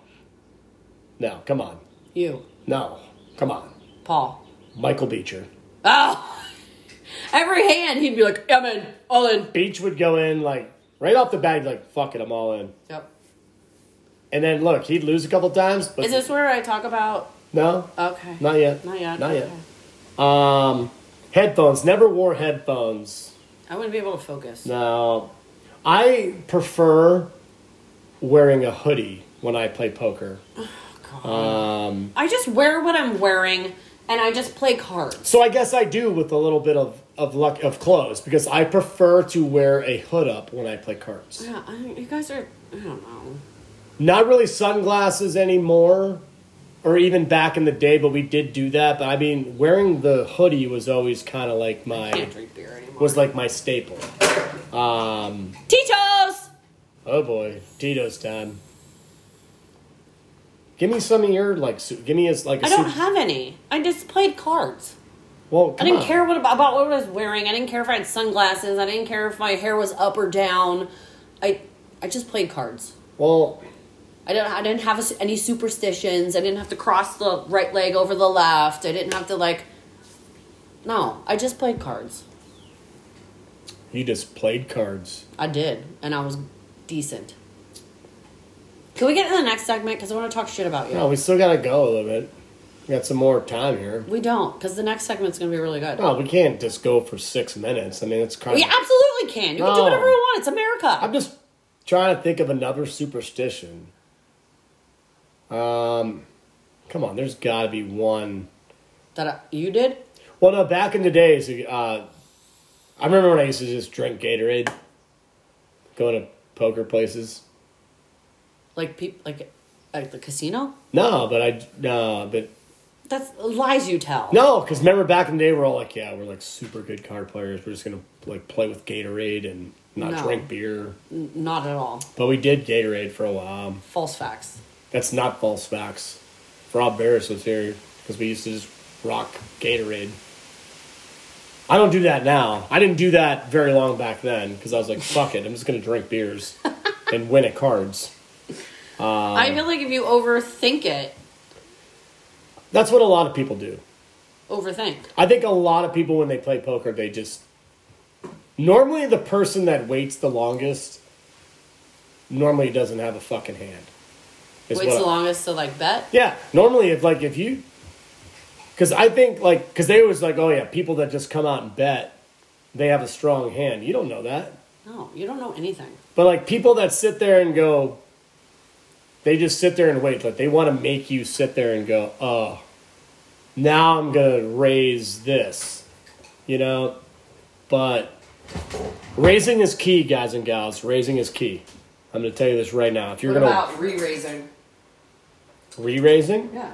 S1: No, come on.
S2: You,
S1: No, come on.
S2: Paul.
S1: Michael Beecher.
S2: Oh, every hand he'd be like, "I'm in, all in."
S1: Beach would go in like right off the bat, like fuck it, I'm all in.
S2: Yep.
S1: And then look, he'd lose a couple times, but
S2: Is this where I talk about?
S1: no,
S2: Okay.
S1: not yet,
S2: Not yet.
S1: not yet.
S2: Okay.
S1: Um, headphones. Never wore headphones.
S2: I wouldn't be able to focus.
S1: No, I prefer wearing a hoodie when I play poker. Um,
S2: I just wear what I'm wearing and I just play cards.
S1: so I guess I do with a little bit of, of luck of clothes because I prefer to wear a hood up when I play cards.
S2: Yeah, I, you guys are. I don't know.
S1: Not really sunglasses anymore, or even back in the day, but we did do that. But I mean, wearing the hoodie was always kind of like
S2: I can't
S1: my
S2: drink beer anymore.
S1: was like my staple. Um,
S2: Tito's.
S1: oh boy, Tito's time. Give me some of your like. Su- give me a, like. a
S2: I don't
S1: su-
S2: have any. I just pplayed cards.
S1: Well,
S2: I
S1: come
S2: didn't
S1: on.
S2: care what about, about what I was wearing. I didn't care if I had sunglasses. I didn't care if my hair was up or down. I I just played cards.
S1: Well,
S2: I didn't I didn't have a s any superstitions. I didn't have to cross the right leg over the left. I didn't have to like. No, I just played cards.
S1: you just played cards.
S2: I did, and I was decent. Can we get to the next segment? Because I want to talk shit about you.
S1: No, we still gotta go a little bit. We got some more time here.
S2: We don't, because the next segment's gonna be really good.
S1: No, we can't just go for six minutes. I mean, it's kind
S2: We
S1: of.
S2: absolutely can. You can do
S1: No.
S2: whatever we want. It's America.
S1: I'm just trying to think of another superstition. Um, come on, there's got to be one.
S2: that I, you did.
S1: Well, no, back in the days, uh, I remember when I used to just drink Gatorade, going to poker places.
S2: like peop like like the casino
S1: No, but I no, but
S2: that's lies you tell
S1: No, because remember back in the day, we're all like, yeah, we're like super good card players. We're just gonna like play with Gatorade and not
S2: No.
S1: drink beer.
S2: N- not at all
S1: But we did Gatorade for a while.
S2: false facts
S1: That's not false facts. Rob Barris was here because we used to just rock Gatorade. I don't do that now. I didn't do that very long back then because I was like, fuck it, I'm just gonna drink beers and win at cards. Um,
S2: i feel like if you overthink it
S1: That's what a lot of people do.
S2: overthink
S1: I think a lot of people when they play poker, they just normally the person that waits the longest normally doesn't have a fucking hand. Is
S2: waits
S1: what I-
S2: the longest to like bet
S1: yeah, normally if like if you, because I think like because they always like oh yeah people that just come out and bet they have a strong hand. You don't know that,
S2: no you don't know anything
S1: but like people that sit there and go. They just sit there and wait. Like they want to make you sit there and go, oh, now I'm gonna raise this, you know. But raising is key, guys and gals. Raising is key. I'm gonna tell you this right now. If you're
S2: what
S1: gonna
S2: about re-raising
S1: re-raising,
S2: yeah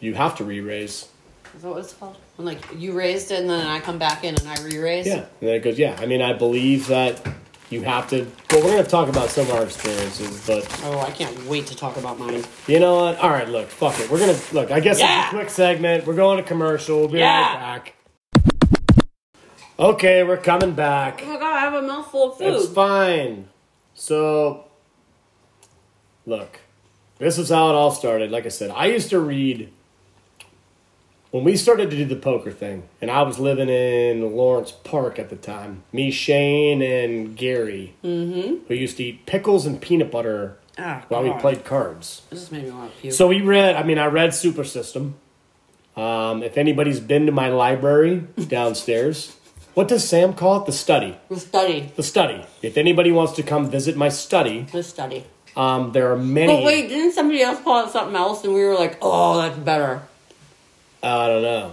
S1: you have to re-raise.
S2: is that what it's called when like you raised it and then i come back in and i re-raise
S1: Yeah, and then it goes. Yeah, I mean, I believe that you have to. Well, we're gonna talk about some of our experiences, but
S2: oh i can't wait to talk about mine
S1: you know what? All right, look, fuck it. We're gonna look. I guess
S2: Yeah.
S1: it's a quick segment. We're going to commercial. We'll be
S2: Yeah.
S1: right back. Okay, we're coming back.
S2: oh my god i have a mouthful of
S1: It's
S2: food
S1: fine. So, look, this is how it all started. Like I said, I used to read when we started to do the poker thing, and I was living in Lawrence Park at the time. Me, Shane, and Gary, mm-hmm. who used to eat pickles and peanut butter
S2: Ah,
S1: while we
S2: God.
S1: played cards.
S2: it just made me want to puke
S1: So we read. I mean, I read Super System. Um, if anybody's been to my library downstairs, what does Sam call it? The study
S2: the study
S1: the study. If anybody wants to come visit my study,
S2: the study
S1: um, there are many.
S2: but wait didn't somebody else call it something else and we were like oh that's better
S1: I don't know.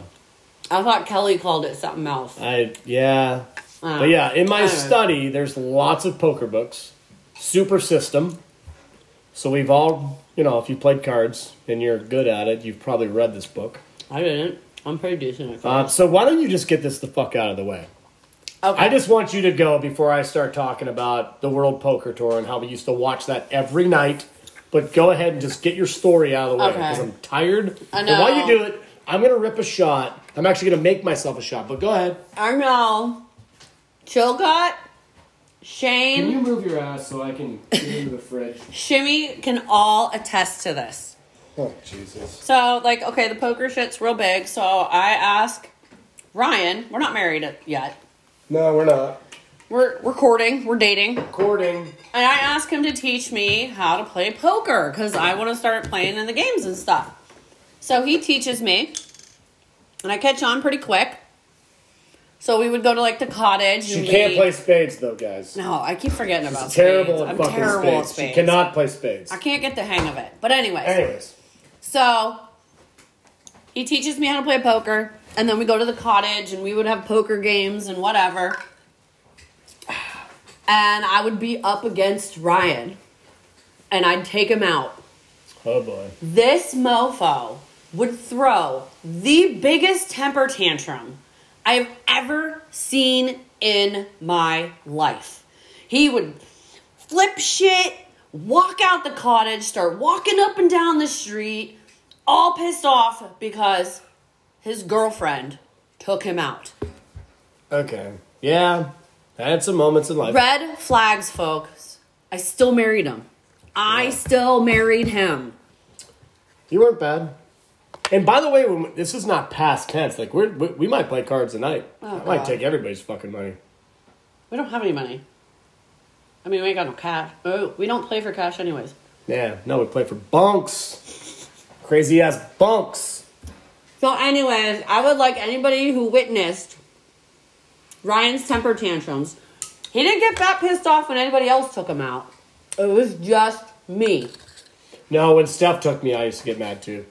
S2: I thought Kelly called it something else.
S1: I yeah,
S2: Uh,
S1: but yeah. In my
S2: I don't know.
S1: study, there's lots of poker books, super system. So we've all, you know, if you played cards and you're good at it, you've probably read this book.
S2: I didn't. I'm pretty decent at
S1: Uh,
S2: cards.
S1: so why don't you just get this the fuck out of the way?
S2: okay.
S1: I just want you to go before I start talking about the World Poker Tour and how we used to watch that every night. But go ahead and just get your story out of the way
S2: Okay.
S1: because I'm tired.
S2: I
S1: And while you
S2: know.
S1: do it, I'm gonna rip a shot. I'm actually gonna make myself a shot. But go ahead.
S2: I know. Chilcott, Shane,
S1: move your ass so I can get into the fridge?
S2: Shimmy can all attest to this.
S1: Oh Jesus!
S2: So, like, okay, the poker shit's real big. So I ask Ryan. We're not married yet.
S1: No, we're not
S2: We're we're courting. We're dating.
S1: recording.
S2: And I asked him to teach me how to play poker because I want to start playing in the games and stuff. So he teaches me, and I catch on pretty quick. So we would go to like the cottage.
S1: She
S2: and
S1: can't
S2: we-
S1: play spades though, guys.
S2: No, I keep forgetting about
S1: She's terrible
S2: spades.
S1: at
S2: I'm
S1: fucking
S2: terrible
S1: spades.
S2: at spades.
S1: She cannot play spades.
S2: I can't get the hang of it. But anyways,
S1: Anyways,
S2: so he teaches me how to play poker, and then we go to the cottage, and we would have poker games and whatever. And I would be up against Ryan, and I'd take him out.
S1: oh boy,
S2: This mofo would throw the biggest temper tantrum I have ever seen in my life. He would flip shit, walk out the cottage, start walking up and down the street, all pissed off because his girlfriend took him out.
S1: okay, yeah, I had some moments in life.
S2: Red flags, folks. I still married him. I still married him.
S1: You weren't bad. And by the way, when, this is not past tense. Like we're, we we might play cards tonight.
S2: Oh,
S1: I might
S2: God.
S1: take everybody's fucking money.
S2: We don't have any money. I mean, we ain't got no cash. Oh, we don't play for cash anyways.
S1: Yeah, no, we play for bunks. Crazy ass bunks.
S2: So, anyways, I would like anybody who witnessed Ryan's temper tantrums. He didn't get that pissed off when anybody else took him out. It was just me.
S1: No, when Steph took me, I used to get mad too.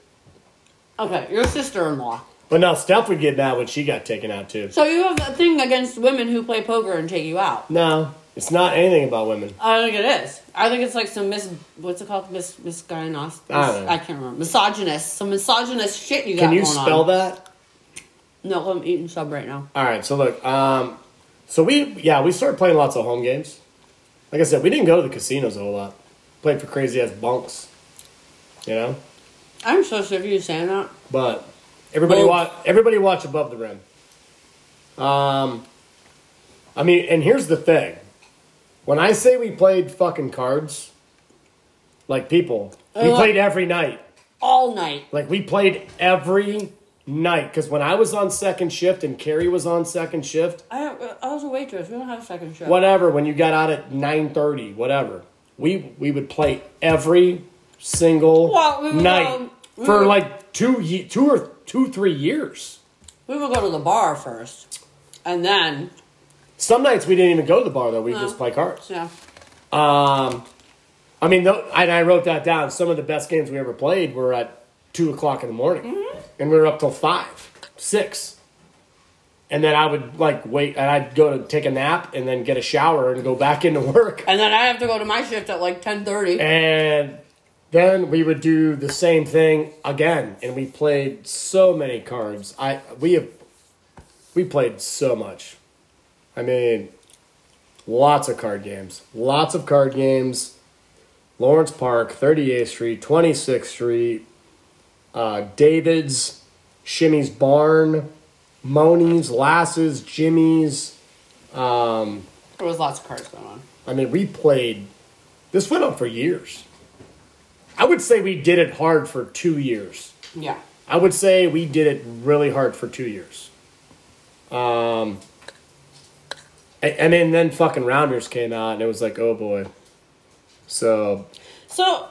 S2: Okay, your sister-in-law.
S1: But no, Steph would get mad when she got taken out too.
S2: So you have a thing against women who play poker and take you out.
S1: No, it's not anything about women.
S2: I don't think it is. I think it's like some mis what's it called? Mis misgynost.
S1: I don't know.
S2: I can't remember. Misogynist. Some misogynist shit you got.
S1: Can you
S2: going on.
S1: spell that?
S2: No, I'm eating sub right now.
S1: All right, so look, um, so we yeah we started playing lots of home games. Like I said, we didn't go to the casinos a whole lot. Played for crazy ass bunks, you know.
S2: I'm so sick of you saying that.
S1: But everybody
S2: Both.
S1: watch. Everybody watch above the rim. Um, I mean, and here's the thing: when I say we played fucking cards, like people, we
S2: Uh,
S1: played every night.
S2: All night.
S1: Like we played every night because when I was on second shift and Carrie was on second shift,
S2: I, I was a waitress. We don't have a second shift.
S1: whatever. When you got out at nine thirty, whatever, we we would play every single
S2: Well, we would,
S1: night
S2: um, we
S1: for
S2: would-
S1: like two ye- two or two three years.
S2: We would go to the bar first, and then
S1: Some nights we didn't even go to the bar though. We
S2: No.
S1: just play cards.
S2: yeah.
S1: Um, I mean, though, and I wrote that down. Some of the best games we ever played were at two o'clock in the morning, and we were up till five, six. And then I would like wait, and I'd go to take a nap, and then get a shower and go back into work.
S2: And then I have to go to my shift at like ten thirty.
S1: And then we would do the same thing again, and we played so many cards. I we have we played so much. I mean, lots of card games, lots of card games. Lawrence Park, 38th Street, 26th Street, uh, David's, Shimmy's Barn, Moni's, Lass's, Jimmy's.
S2: There was lots of cards going on.
S1: I mean, we played. This went on for years. I would say we did it hard for two years.
S2: Yeah.
S1: I would say we did it really hard for two years. Um, a- and then, then fucking Rounders came out, and it was like, oh boy. So,
S2: So,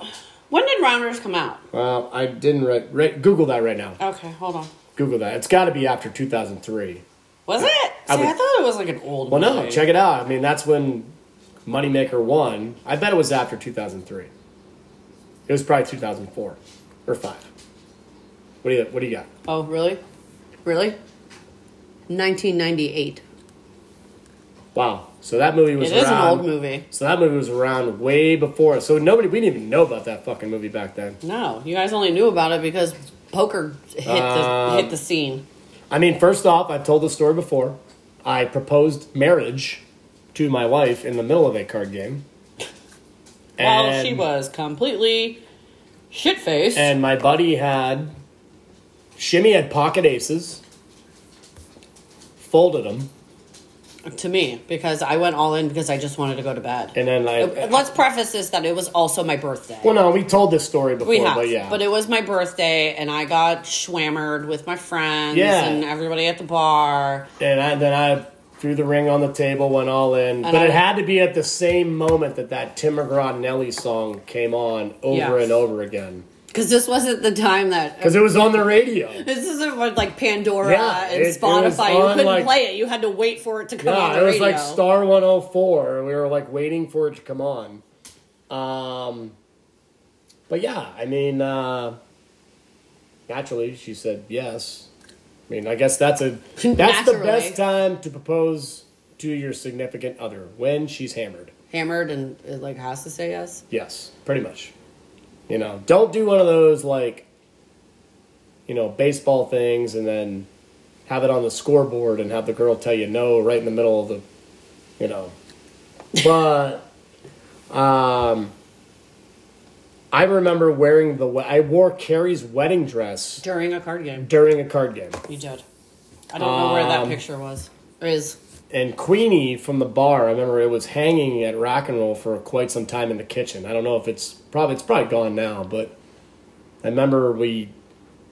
S2: when did Rounders come out?
S1: well, I didn't re- re- Google that right now.
S2: Okay, hold on.
S1: Google that. It's got to be after 2003.
S2: Was it? See,
S1: I
S2: I,
S1: would-
S2: thought it was like an old.
S1: Well, no,
S2: movie.
S1: check it out. I mean, that's when Moneymaker won. I bet it was after 2003. It was probably 2004 or five. What do you What do you got?
S2: Oh, really? Really? Nineteen ninety eight.
S1: Wow. So that movie
S2: It
S1: was.
S2: is an
S1: around,
S2: old movie.
S1: So that movie was around way before. So nobody, we didn't even know about that fucking movie back then.
S2: No, you guys only knew about it because poker hit
S1: Um,
S2: the hit the scene.
S1: I mean, first off, I've told this story before. I proposed marriage to my wife in the middle of a card game.
S2: While she
S1: And-
S2: was completely shit faced.
S1: And my buddy had Shimmy had pocket aces, folded them,
S2: to me because I went all in because I just wanted to go to bed.
S1: and then like,
S2: Let's preface this that it was also my birthday.
S1: well, no, we told this story before,
S2: we have,
S1: but yeah,
S2: it was my birthday, and I got schwammered with my friends
S1: Yeah.
S2: and everybody at the bar.
S1: and I, then I threw the ring on the table, went all in, but
S2: I-
S1: it had to be at the same moment that that Tim McGraw Nelly song came on over
S2: Yeah.
S1: and over again.
S2: Because this wasn't the time that.
S1: because it was on the radio.
S2: This isn't what like Pandora
S1: Yeah,
S2: and
S1: it- it was
S2: Spotify. you
S1: on,
S2: couldn't
S1: like-
S2: play it. You had to wait for it to come
S1: Yeah,
S2: on the
S1: it was
S2: radio.
S1: like Star 104. We were like waiting for it to come on. Um, but yeah, I mean, uh, naturally, she said yes. I mean, I guess that's a that's the
S2: Naturally.
S1: best time to propose to your significant other when she's hammered.
S2: Hammered and it like has to say yes.
S1: Yes, pretty much. You know, don't do one of those like, you know, baseball things and then have it on the scoreboard and have the girl tell you no right in the middle of the, you know. But, um, I remember wearing the, we- I wore Carrie's wedding dress
S2: During a card game.
S1: during a card game.
S2: You did. I don't know where that
S1: Um,
S2: picture was. Or is.
S1: And Queenie from the bar, I remember it was hanging at Rock and Roll for quite some time in the kitchen. I don't know if it's probably it's probably gone now, but I remember we.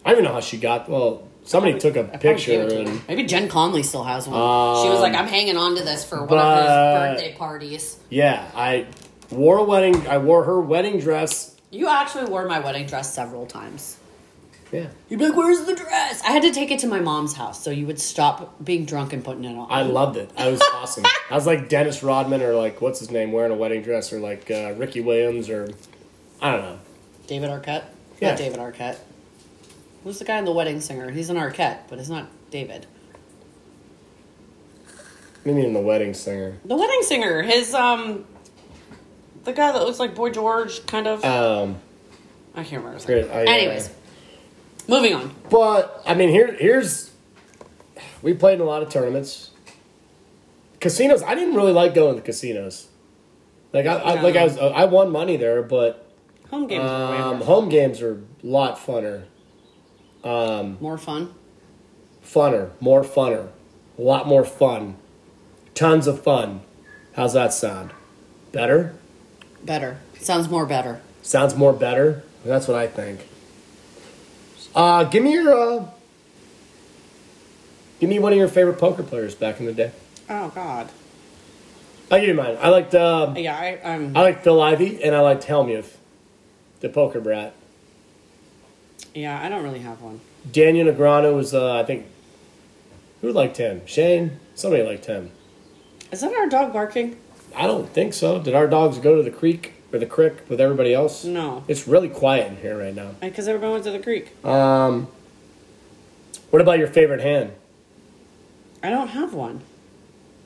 S1: I don't even know how she got. Well, somebody took a
S2: I probably gave
S1: picture
S2: it to her.
S1: and Um,
S2: Maybe Jen Conley still has one. she was like, I'm hanging on to this for one
S1: but-
S2: of his birthday parties.
S1: yeah, I wore a wedding. I wore her wedding dress.
S2: You actually wore my wedding dress several times.
S1: Yeah,
S2: You'd be like, Where's the dress? I had to take it to my mom's house so you would stop being drunk and putting it on.
S1: I loved it. I was awesome. I was like Dennis Rodman or like what's his name wearing a wedding dress or like uh, Ricky Williams or I don't know.
S2: David Arquette?
S1: Yeah.
S2: Not David Arquette. Who's the guy in the wedding singer? He's an Arquette, but it's not David.
S1: Maybe in the wedding singer.
S2: The wedding singer, his um the guy that looks like Boy George kind of
S1: Um,
S2: I can't remember. his
S1: great,
S2: name.
S1: I, uh,
S2: Anyways. Moving on.
S1: But I mean, here here's we played in a lot of tournaments. Casinos, I didn't really like going to casinos. Like I, I like I was I won money there, but
S2: Home games are way
S1: um,
S2: more-
S1: home games are a lot funner,
S2: more fun.
S1: funner, more funner, a lot more fun, tons of fun. How's that sound? Better?
S2: Better. Sounds more better.
S1: Sounds more better. That's what I think. Uh, give me your uh, give me one of your favorite poker players back in the day.
S2: Oh God.
S1: I'll give you mine. I liked um,
S2: Yeah, I, I'm.
S1: I liked Phil Ivey and I liked Helmuth, the poker brat.
S2: Yeah, I don't really have one.
S1: Daniel Negreanu was uh, I think who liked him? Shane? Somebody liked him.
S2: Is that our dog barking?
S1: I don't think so. Did our dogs go to the creek or the crick with everybody else?
S2: No,
S1: It's really quiet in here right now.
S2: because they were going to the creek.
S1: Um, what about your favorite hand?
S2: I don't have one.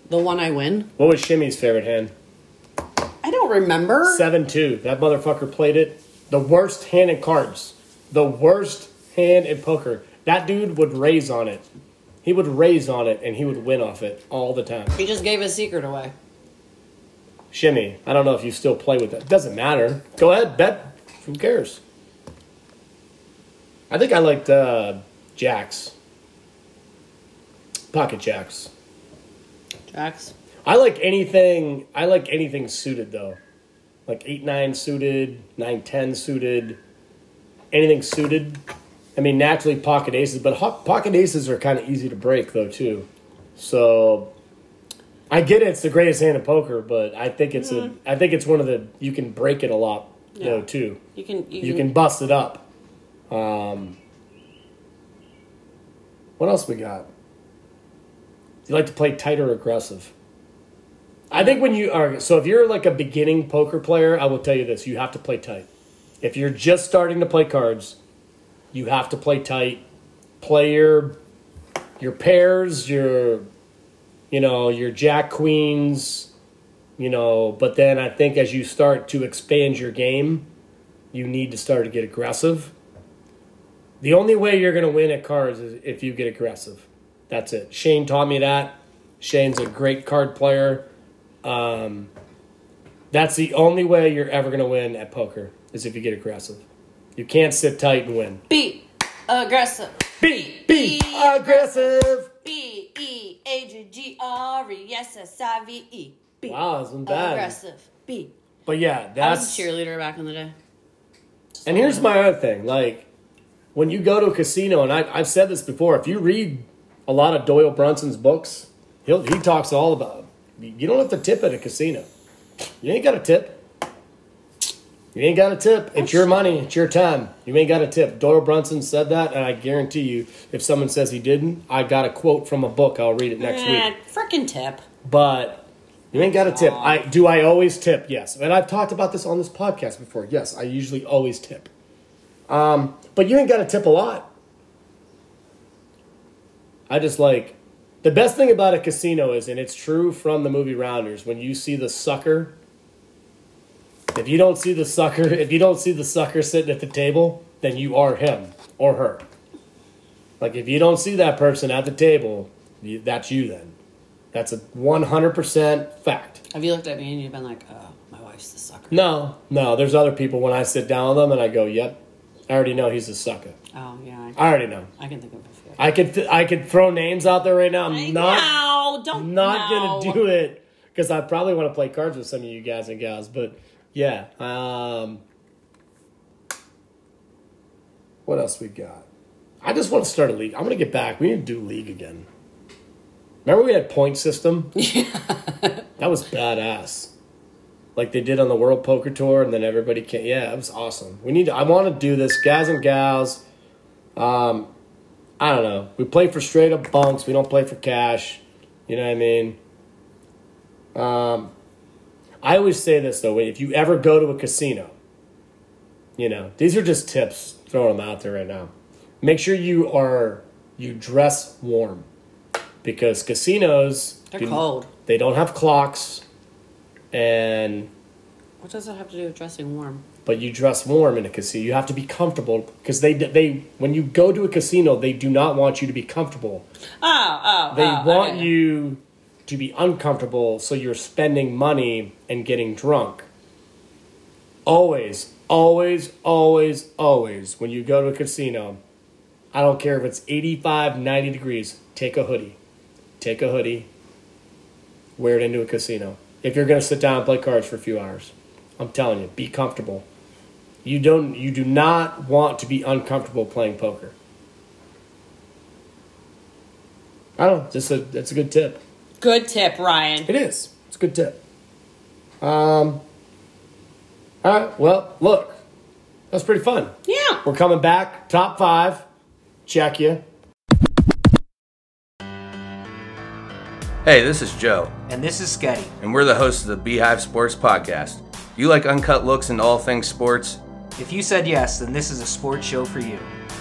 S2: The one I win.
S1: What was Shimmy's favorite hand?
S2: I don't remember.
S1: Seven two. That motherfucker played it. The worst hand in cards. The worst hand in poker. That dude would raise on it. He would raise on it and he would win off it all the time.
S2: He just gave his secret away.
S1: Shimmy, I don't know if you still play with that. Doesn't matter. Go ahead, bet. Who cares? I think I liked uh, jacks. Pocket jacks.
S2: Jax.
S1: I like anything. I like anything suited though, like eight nine suited, nine ten suited, anything suited. I mean, naturally pocket aces, but ho- pocket aces are kind of easy to break though too. So I get it, it's the greatest hand in poker, but I think it's a. I think it's one of the you can break it a lot though
S2: Yeah.
S1: too.
S2: You can. You,
S1: You can bust it up. Um, what else we got? You like to play tight or aggressive? I think when you are so if you're like a beginning poker player, I will tell you this: you have to play tight. If you're just starting to play cards, you have to play tight. Play your your pairs, your you know your jack queens, you know. But then I think as you start to expand your game, you need to start to get aggressive. The only way you're going to win at cards is if you get aggressive. That's it. Shane taught me that. Shane's a great card player. Um, that's the only way you're ever going to win at poker is if you get aggressive. You can't sit tight and win.
S2: be aggressive.
S1: Be be aggressive.
S2: B E A G G R E S S I V E. Be
S1: Wow, that's not bad.
S2: aggressive. Be.
S1: But yeah,
S2: I
S1: that's
S2: was a cheerleader back in the day.
S1: And here's my other thing, like when you go to a casino, and I, I've said this before, if you read a lot of Doyle Brunson's books, he'll, he talks all about. It. You don't have to tip at a casino. You ain't got to tip. You ain't got a tip. It's your money. It's your time. You ain't got a tip. Doyle Brunson said that, and I guarantee you, if someone says he didn't, I got a quote from a book. I'll read it next week.
S2: Freaking Eh, tip.
S1: But you ain't got a tip. I do. I always tip. Yes, and I've talked about this on this podcast before. Yes, I usually always tip. Um, but you ain't got to tip a lot. I just like the best thing about a casino is, and it's true from the movie Rounders, when you see the sucker. If you don't see the sucker, if you don't see the sucker sitting at the table, then you are him or her. Like if you don't see that person at the table, you, that's you then. That's a 100% fact.
S2: Have you looked at me and you've been like, oh, my wife's the sucker?
S1: No, no, there's other people when I sit down with them and I go, "Yep. I already know he's a sucker.
S2: Oh, yeah. I,
S1: I already know."
S2: I can think of a few.
S1: I could th- I could throw names out there right now. I'm not
S2: no, don't.
S1: not
S2: no.
S1: gonna do it because I probably want to play cards with some of you guys and gals. But yeah, um, what else we got? I just want to start a league. I'm gonna get back. We need to do league again. Remember we had point system. that was badass. Like they did on the World Poker Tour, and then everybody came. Yeah, it was awesome. We need. To, I want to do this, guys and gals. Um, I don't know. We play for straight up bunks. We don't play for cash. You know what I mean? Um, I always say this though. If you ever go to a casino, you know these are just tips. Throwing them out there right now. Make sure you are you dress warm, because casinos
S2: They're
S1: do-
S2: cold.
S1: They don't have clocks, and
S2: What does it have to do with dressing warm?
S1: but you dress warm in a casino. You have to be comfortable because they they when you go to a casino, they do not want you to be comfortable.
S2: Oh, oh,
S1: They
S2: oh,
S1: want
S2: okay.
S1: you to be uncomfortable, so you're spending money and getting drunk. Always, always, always, always, when you go to a casino, I don't care if it's 85, 90 degrees, take a hoodie. Take a hoodie, wear it into a casino. If you're going to sit down and play cards for a few hours, I'm telling you, be comfortable. You don't you do not want to be uncomfortable playing poker. I don't know, just a that's a good tip.
S2: Good tip, Ryan.
S1: It is. It's a good tip. Um. All right. Well, look, that's pretty fun.
S2: Yeah.
S1: We're coming back. Top five. Check you.
S5: Hey, this is Joe,
S3: And this is Sketty.
S5: and we're the hosts of the Beehive Sports Podcast. Do you like uncut looks and all things sports?
S3: If you said yes, then this is a sports show for you.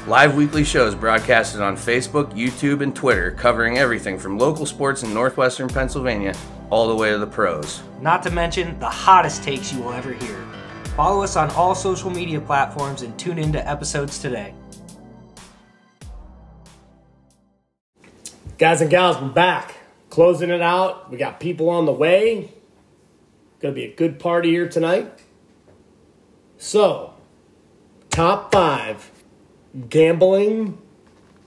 S5: Live weekly shows broadcasted on Facebook, YouTube, and Twitter, covering everything from local sports in northwestern Pennsylvania all the way to the pros.
S3: Not to mention the hottest takes you will ever hear. Follow us on all social media platforms and tune into episodes today.
S1: Guys and gals, we're back. Closing it out. We got people on the way. Gonna be a good party here tonight. So, top five gambling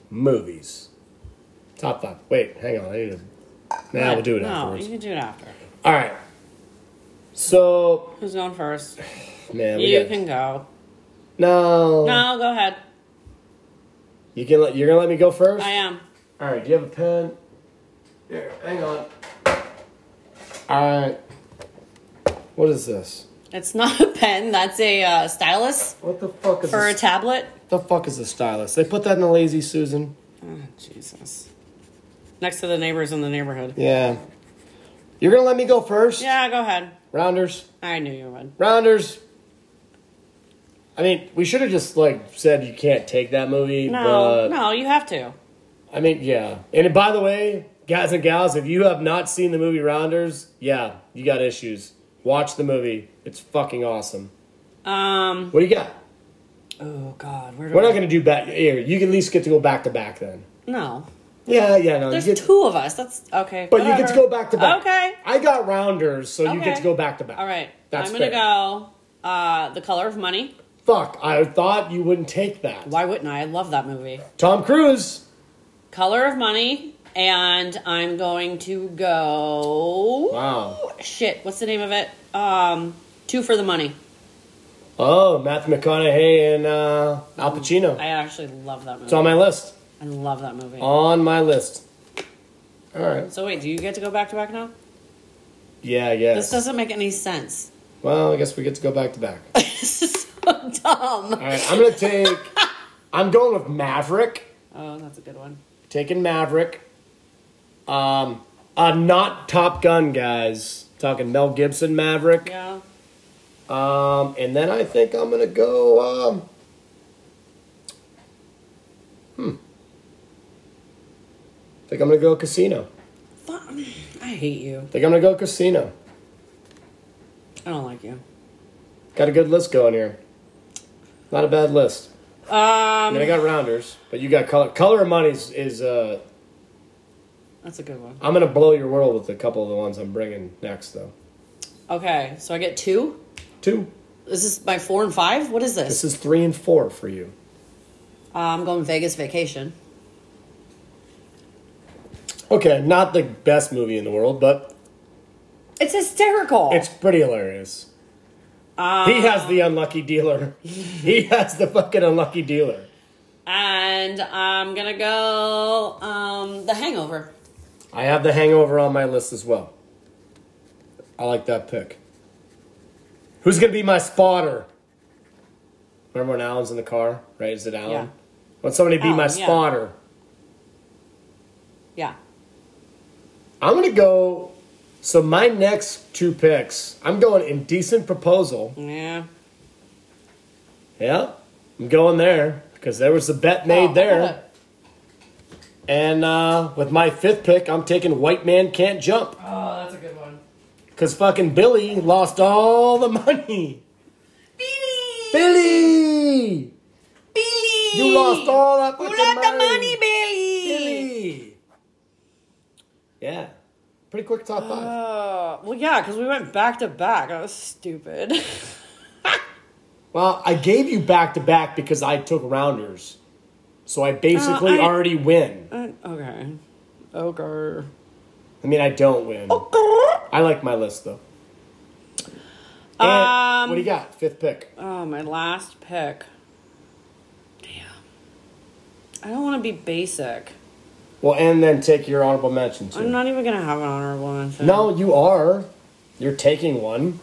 S1: movies. Top five. Wait, hang on. I need to. Now we'll do it
S2: no,
S1: afterwards.
S2: you can do it after.
S1: All right. So,
S2: Who's going first?
S1: man, we
S2: You
S1: got-
S2: can go.
S1: no.
S2: No, go ahead.
S1: You can let, you're gonna let me go first.
S2: I am.
S1: All right. Do you have a pen? Here, hang on. All right. What is this?
S2: It's not a pen. That's a uh, stylus
S1: What the fuck is
S2: for a
S1: this?
S2: tablet.
S1: the fuck is a stylus? They put that in the Lazy Susan.
S2: Oh, Jesus. Next to the neighbors in the neighborhood.
S1: Yeah. You're gonna let me go first.
S2: Yeah, go ahead.
S1: Rounders.
S2: I knew you would.
S1: Rounders. I mean, we should have just like said you can't take that movie. but...
S2: No, no, you have to.
S1: I mean, yeah. And by the way, guys and gals, if you have not seen the movie Rounders, yeah, you got issues. Watch the movie. It's fucking awesome.
S2: Um.
S1: What do you got?
S2: Oh God, where do
S1: We're
S2: I-
S1: not gonna do back here. You can at least get to go back to back then.
S2: No,
S1: Yeah, yeah, no. You
S2: there's
S1: get,
S2: two of us. That's okay.
S1: but you get to
S2: whatever.
S1: go back to back.
S2: Okay.
S1: I got rounders, so you get
S2: Okay.
S1: to go back to back.
S2: All right.
S1: That's
S2: I'm gonna
S1: fair.
S2: go. Uh, the Color of Money.
S1: Fuck, I thought you wouldn't take that.
S2: Why wouldn't I? I love that movie.
S1: Tom Cruise.
S2: Color of Money, and I'm going to go.
S1: Wow.
S2: Shit, what's the name of it? Um, Two for the Money.
S1: Oh, Matthew McConaughey and uh, Al Pacino.
S2: I actually love that movie.
S1: It's on my list.
S2: I love that movie.
S1: On my list. All right.
S2: so wait, do you get to go back to back now?
S1: Yeah, yeah.
S2: This doesn't make any sense.
S1: Well, I guess we get to go back to back. All
S2: this is so dumb.
S1: right, I'm gonna take. I'm going with Maverick.
S2: Oh, that's a good one.
S1: Taking Maverick. Um, uh, not Top Gun guys. Talking Mel Gibson Maverick.
S2: Yeah.
S1: Um, and then I think I'm gonna go. Um, hmm. I hmm. think I'm gonna go Casino.
S2: Fuck. I hate you.
S1: I think I'm gonna go Casino.
S2: I don't like you.
S1: Got a good list going here. Not a bad list. I mean, I
S2: Um,
S1: got rounders, but you got color. Color of money is. is uh,
S2: that's a good one.
S1: I'm gonna blow your world with a couple of the ones I'm bringing next, though.
S2: Okay, so I get two.
S1: Two.
S2: This is my four and five. What is this?
S1: This is three and four for you.
S2: Uh, I'm going Vegas vacation.
S1: Okay, not the best movie in the world, but
S2: It's hysterical.
S1: it's pretty hilarious.
S2: Uh,
S1: he has the unlucky dealer. he has the fucking unlucky dealer.
S2: and I'm gonna go um, The Hangover.
S1: I have The Hangover on my list as well. I like that pick. Who's gonna be my spotter? Remember when Alan's in the car, right? Is it Alan?
S2: Yeah.
S1: When somebody be my
S2: Alan, yeah.
S1: spotter,
S2: Yeah.
S1: I'm gonna go. So my next two picks, I'm going indecent proposal.
S2: Yeah.
S1: Yeah, I'm going there because there was a bet made
S2: Oh,
S1: there. And uh, with my fifth pick, I'm taking White Man Can't Jump
S2: Oh, that's a good one.
S1: because fucking Billy lost all the money.
S2: Billy.
S1: Billy,
S2: Billy.
S1: you lost all that
S2: You
S1: fucking
S2: lost the
S1: money.
S2: money, Billy.
S1: Billy. Yeah, pretty quick top five.
S2: Uh, well, yeah, because we went back to back. That was stupid.
S1: well, I gave you back to back because I took rounders, so I basically
S2: I-
S1: already win.
S2: Uh, okay. Okay.
S1: I mean, I don't win.
S2: Oh,
S1: I like my list though. And
S2: Um,
S1: what do you got? Fifth pick.
S2: Oh, my last pick. Damn. I don't want to be basic.
S1: Well, and then take your honorable mention too.
S2: I'm not even going to have an honorable mention.
S1: no, you are. You're taking one.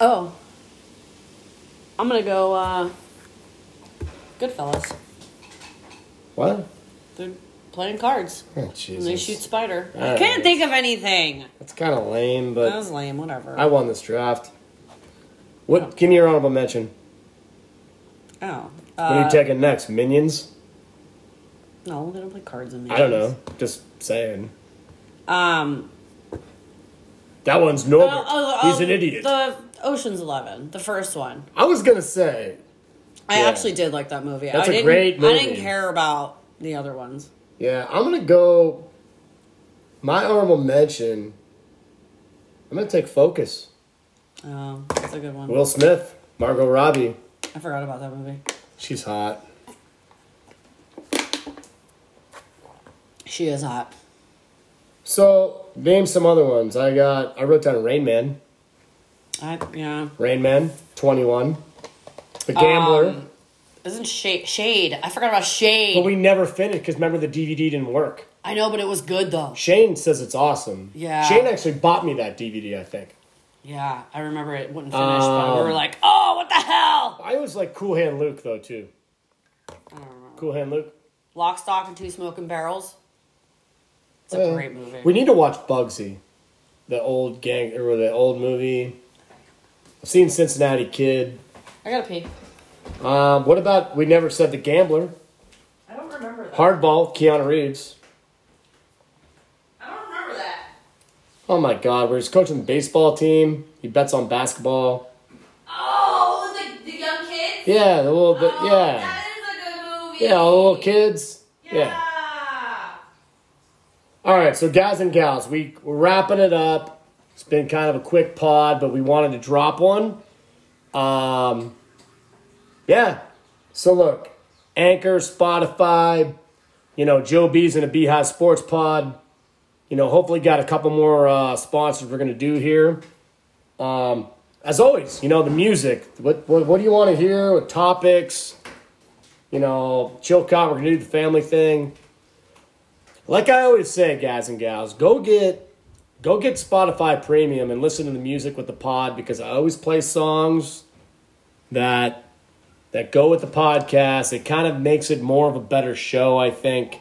S2: Oh. I'm going to go, uh, Goodfellas.
S1: What?
S2: They're playing cards.
S1: Oh,
S2: And they shoot
S1: Jesus.
S2: Spider. I
S1: All
S2: can't
S1: right.
S2: think of anything.
S1: That's kind of lame,
S2: That
S1: but
S2: was lame. Whatever.
S1: I won this draft. What?
S2: No.
S1: Give me your honorable mention.
S2: oh.
S1: What are
S2: Uh,
S1: you taking next? Minions?
S2: no, they don't play cards in me.
S1: I don't know. Just saying.
S2: Um,
S1: That one's Norbert.
S2: Oh, oh, oh,
S1: He's an idiot.
S2: The Ocean's Eleven, the first one.
S1: I was gonna say.
S2: I
S1: Yeah.
S2: actually did like that movie.
S1: That's a
S2: I didn't,
S1: great
S2: I didn't
S1: movie.
S2: care about the other ones.
S1: Yeah, I'm gonna go. My honorable mention. I'm gonna take Focus.
S2: Oh, that's a good one.
S1: Will Smith, Margot Robbie.
S2: I forgot about that movie.
S1: She's hot.
S2: She is hot.
S1: So name some other ones. I got. I wrote down Rain Man.
S2: I yeah.
S1: Rain Man. Twenty One. The Gambler.
S2: Um, Isn't Shade? Shade. I forgot about Shade.
S1: but we never finished because remember the DVD didn't work.
S2: I know, but it was good though.
S1: Shane says it's awesome.
S2: Yeah.
S1: Shane actually bought me that DVD. I think.
S2: Yeah, I remember it wouldn't finish, but
S1: Um.
S2: we were like, oh, what the hell?
S1: I was like Cool Hand Luke though too. Cool Hand Luke.
S2: Lock, Stock, and Two Smoking Barrels. It's a
S1: Yeah.
S2: great movie.
S1: We need to watch Bugsy, the old gang or the old movie. I've seen Cincinnati Kid.
S2: I gotta pee.
S1: Um, what about we never said the gambler?
S2: I don't remember that.
S1: Hardball, Keanu Reeves.
S2: I don't remember that.
S1: Oh my God, where he's coaching the baseball team. He bets on basketball.
S2: Oh, the, the young kids? Oh,
S1: Yeah, the little, the, yeah,
S2: That is a good movie.
S1: yeah, all the little kids. yeah. All right, so guys and gals, we, we're wrapping it up. It's been kind of a quick pod, but we wanted to drop one. Um, yeah. So look, Anchor, Spotify, you know, Joe B's in a Beehive Sports Pod. You know, hopefully got a couple more uh, sponsors we're gonna do here. Um, as always, you know the music. What what, what do you want to hear? What topics? You know, chill cop. We're gonna do the family thing. Like I always say, guys and gals, go get Go get Spotify Premium and listen to the music with the pod because I always play songs that that go with the podcast. It kind of makes it more of a better show, I think.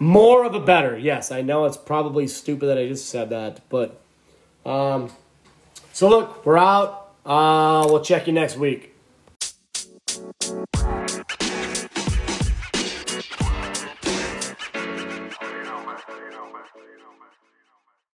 S1: More of a better. Yes, I know it's probably stupid that I just said that, but um so look, we're out. Uh we'll check you next week.
S6: You know, man. You know, man.